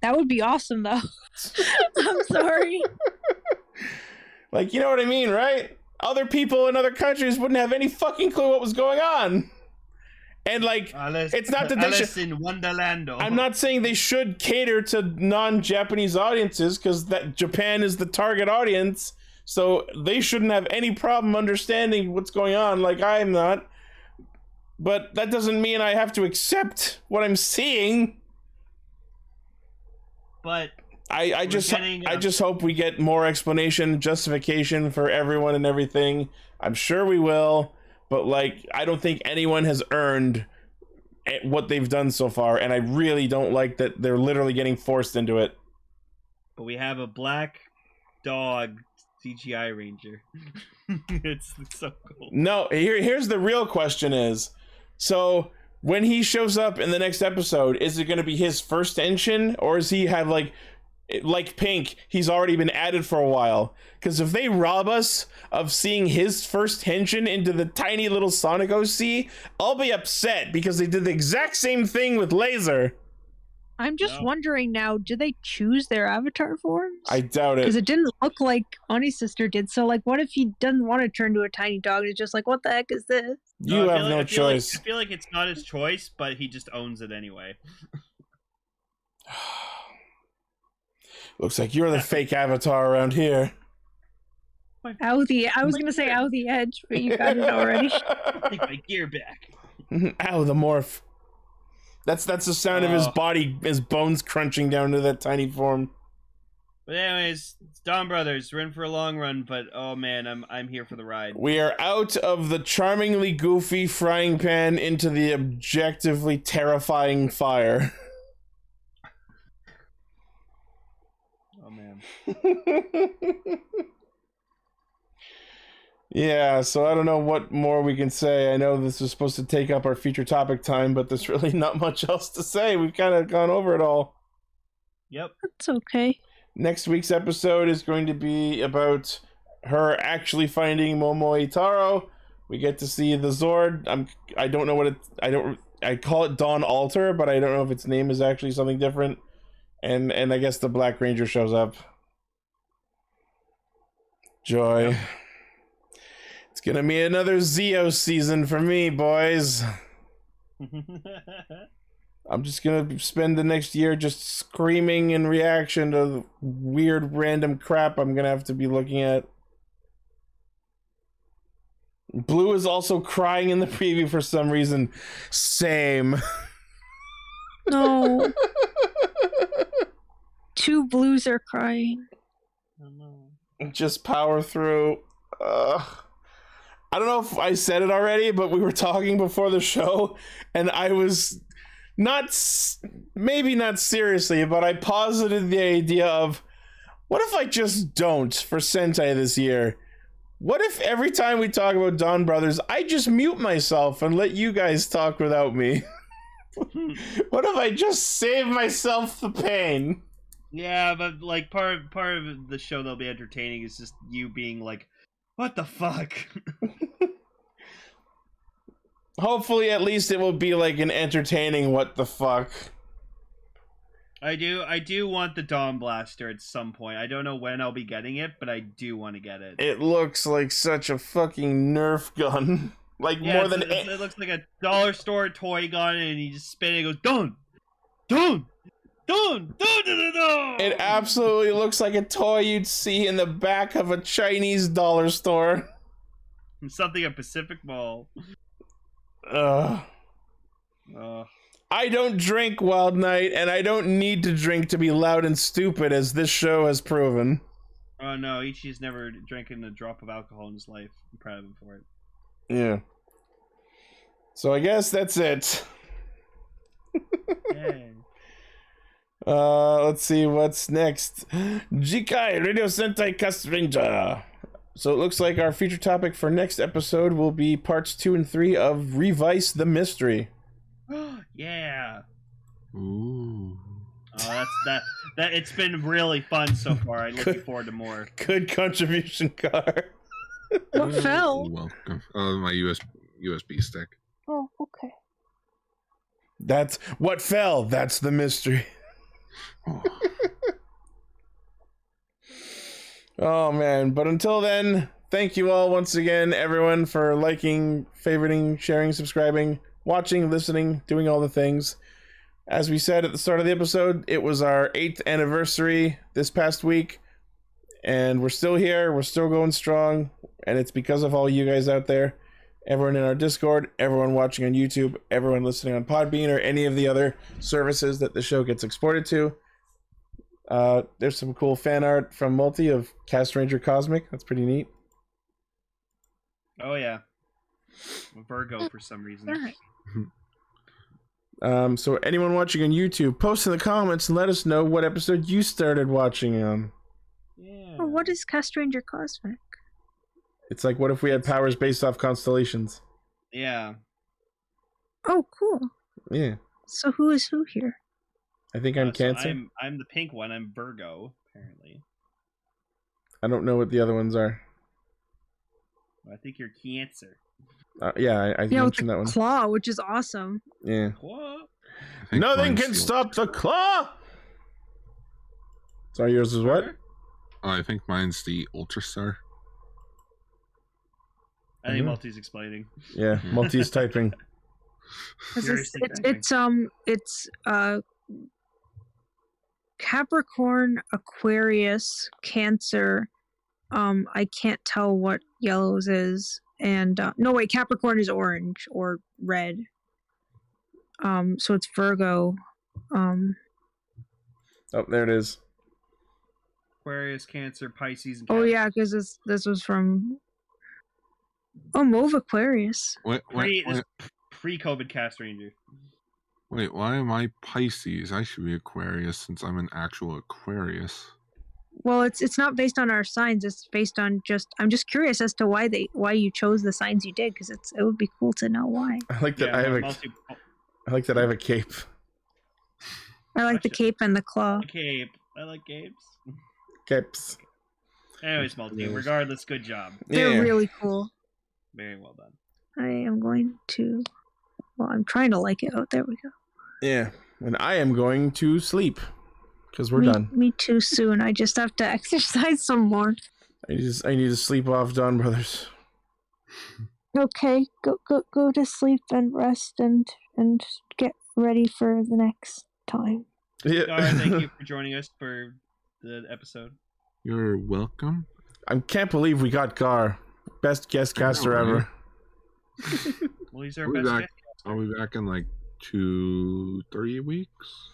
J: That would be awesome, though. I'm sorry.
B: Like you know what I mean, right? Other people in other countries wouldn't have any fucking clue what was going on. And like
I: Alice,
B: It's not that they
I: Alice in Wonderlando.
B: I'm not saying they should cater to non-Japanese audiences because that Japan is the target audience, so they shouldn't have any problem understanding what's going on. Like I'm not, but that doesn't mean I have to accept what I'm seeing.
I: But
B: I, I just
I: getting,
B: I
I: um,
B: just hope we get more explanation, justification for everyone and everything. I'm sure we will, but like I don't think anyone has earned eh, what they've done so far, and I really don't like that they're literally getting forced into it.
I: but we have a black dog CGI ranger. it's, it's so cool.
B: No, here here's the real question is. So when he shows up in the next episode, is it going to be his first engine or is he have like like Pink, he's already been added for a while. Because if they rob us of seeing his first henshin into the tiny little Sonic OC, I'll be upset because they did the exact same thing with Laser.
J: I'm just
I: No.
J: wondering now, do they choose their avatar forms?
B: I doubt it.
J: because it didn't look like Ani's sister did. So, like, what if he doesn't want to turn to a tiny dog? It's just like, what the heck is this?
B: you
I: I
B: have no
I: feel like- I feel like-
B: choice.
I: I feel like it's not his choice, but he just owns it anyway.
B: Looks like you're the fake avatar around here.
J: Out the, I was gonna say out the edge, but you got it already.
I: Take my gear back.
B: Mm-hmm. Ow, the morph. That's that's the sound of his
I: Oh.
B: body, his bones crunching down to that tiny form.
I: But anyways, it's Don Brothers. We're in for a long run, but oh man, I'm I'm here for the ride.
B: We are out of the charmingly goofy frying pan into the objectively terrifying fire.
I: Oh man.
B: yeah, so I don't know what more we can say. I know this was supposed to take up our feature topic time, but there's really not much else to say. We've kind of gone over it all.
I: Yep.
J: It's okay.
B: Next week's episode is going to be about her actually finding Momo Itaro. We get to see the Zord. I'm I don't know what it I don't I call it Dawn Alter, but I don't know if its name is actually something different. And and I guess the Black Ranger shows up. Joy. It's gonna be another Zeo season for me, boys. I'm just gonna spend the next year just screaming in reaction to the weird random crap I'm gonna have to be looking at. Blue is also crying in the preview for some reason. Same.
J: No. Two blues are crying.
B: just power through. Ugh. I don't know if I said it already, but we were talking before the show, and I was not, s- maybe not seriously, but I posited the idea of what if I just don't for Sentai this year? What if every time we talk about Don Brothers, I just mute myself and let you guys talk without me? what if I just save myself the pain?
I: yeah, but like part of, part of the show that'll be entertaining is just you being like, "What the fuck?"
B: Hopefully, at least it will be like an entertaining what the fuck.
I: I do. I do want the Dawn Blaster at some point. I don't know when I'll be getting it, but I do want to get it.
B: It looks like such a fucking Nerf gun. Like
I: Yeah,
B: more
I: it's-
B: than
I: it's- it looks like a dollar store toy gun, and you just spin it. it goes dun, dun, dun, dun, dun, dun, dun.
B: It absolutely looks like a toy you'd see in the back of a Chinese dollar store.
I: Something at Pacific Mall.
B: Ugh.
I: Uh,
B: I don't drink Wild Night, and I don't need to drink to be loud and stupid, as this show has proven.
I: oh no, Ichi's never drinking a drop of alcohol in his life. I'm proud of him for it.
B: Yeah. So I guess that's it.
I: Yay.
B: Uh, let's see what's next. Jikai Radio Sentai Cast Ranger. So it looks like our feature topic for next episode will be parts two and three of Revice the Mystery.
I: yeah.
A: Ooh.
I: Oh, that's that. That it's been really fun so far. I'm looking forward to more.
B: Good contribution, Car.
J: What
B: Mm.
J: fell?
A: Welcome. Oh, my US, USB stick.
J: Oh, okay.
B: That's what fell. That's the mystery.
A: Oh,
B: Oh man, but until then, thank you all once again, everyone, for liking, favoriting, sharing, subscribing, watching, listening, doing all the things. As we said at the start of the episode, it was our eighth anniversary this past week, and we're still here, we're still going strong, and it's because of all you guys out there. Everyone in our Discord, everyone watching on YouTube, everyone listening on Podbean or any of the other services that the show gets exported to. Uh, there's some cool fan art from Multi of Cast Ranger Cosmic. That's pretty neat.
I: Oh yeah. Virgo for some reason.
B: Um, so anyone watching on YouTube, post in the comments and let us know what episode you started watching on.
I: Yeah.
J: Oh, what is Cast Ranger Cosmic?
B: It's like, what if we had powers based off constellations?
I: Yeah.
J: Oh, cool.
B: Yeah,
J: So who is who here?
B: I think I'm
I: Uh, so
B: Cancer.
I: I'm I'm the pink one. I'm Virgo apparently.
B: I don't know what the other ones are.
I: I think you're Cancer.
B: Uh, yeah, I, I
C: Yeah, with
B: mentioned that
C: the
B: one.
C: claw, which is awesome.
B: yeah,
I: What?
A: I think
B: nothing
A: mine's
B: can
A: the-
B: stop the claw. Sorry, yours is what?
A: Oh, I think mine's the Ultra Star.
I: I think
B: Mhm.
I: Multi's explaining.
B: Yeah, Multi's typing.
C: 'Cause It's,
I: Seriously,
C: it's,
I: Duncan.
C: it's um it's uh Capricorn, Aquarius, Cancer. Um, I can't tell what yellows is, and uh, no wait, Capricorn is orange or red. Um, so it's Virgo. Um,
B: Oh, there it is.
I: Aquarius, Cancer, Pisces, and
C: oh
I: Capricorn.
C: yeah, because this this was from. Oh, Mauve Aquarius.
A: Wait,
I: Pre,
A: wait, wait,
I: pre COVID Cast Ranger.
A: wait, why am I Pisces? I should be Aquarius since I'm an actual Aquarius.
C: Well, it's it's not based on our signs. It's based on just. I'm just curious as to why they why you chose the signs you did because it's it would be cool to know why.
B: I like that. I have a.
I: multi,
B: I like that. I have a cape.
C: I like the
I: Gotcha.
C: cape and the claw.
I: cape. I like capes.
B: Capes.
I: Anyways, multi.
B: Yes.
I: Regardless, good job.
B: yeah.
C: They're really cool.
I: Very well done.
C: I am going to. Well, I'm trying to like it. Oh, there we go.
B: Yeah, and I am going to sleep because we're
C: me,
B: done.
C: Me too soon. I just have to exercise some more.
B: I need to, I need to sleep off Dawn Brothers.
J: Okay, go go go to sleep and rest and and get ready for the next time.
B: Yeah.
I: Dara, thank you for joining us for the episode.
A: You're welcome.
B: I can't believe we got Gar, best guest
A: I know,
B: caster
A: right?
B: ever.
I: Well, he's our
A: We'll be
I: best
A: back.
I: guest.
A: I'll be back in like two, three weeks.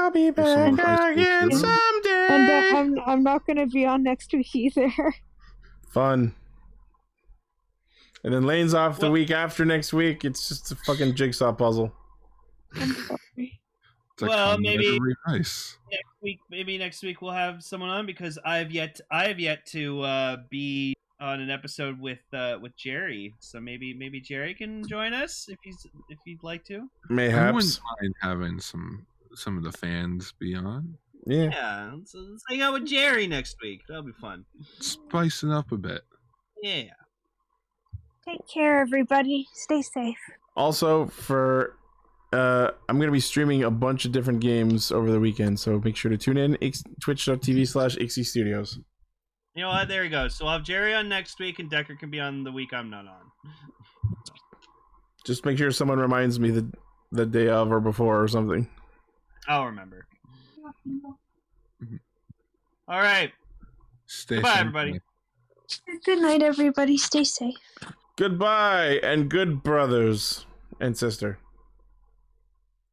B: I'll be
A: someone
B: back
A: high school
B: again
A: student?
J: And uh, I'm
B: someday.
J: I'm not gonna be on next week either.
B: Fun. And then Lane's off the
I: Well-
B: week after next week. It's just a fucking jigsaw puzzle.
J: I'm sorry.
A: It's like
I: Well,
A: how you
I: maybe-
A: never realize.
I: Next week, maybe next week we'll have someone on because I've yet I have yet to uh, be on an episode with uh, with Jerry. So maybe maybe Jerry can join us if he's if he'd like to.
A: I wouldn't
B: Mayhaps.
A: mind having some some of the fans be on,
B: Yeah.
I: Yeah, let's, let's hang out with Jerry next week. That'll be fun.
A: spicing up a bit.
I: Yeah.
J: Take care, everybody. Stay safe.
B: Also, for uh, I'm going to be streaming a bunch of different games over the weekend, so make sure to tune in. X- Twitch.tv slash Ixie Studios.
I: You know what? There you go. So I'll have Jerry on next week, and Decker can be on the week I'm not on.
B: Just make sure someone reminds me the, the day of or before or something.
I: I'll remember. All right.
A: Stay
I: Goodbye,
A: safe.
I: everybody.
J: Good night, everybody. Stay safe.
B: Goodbye and good brothers and sister.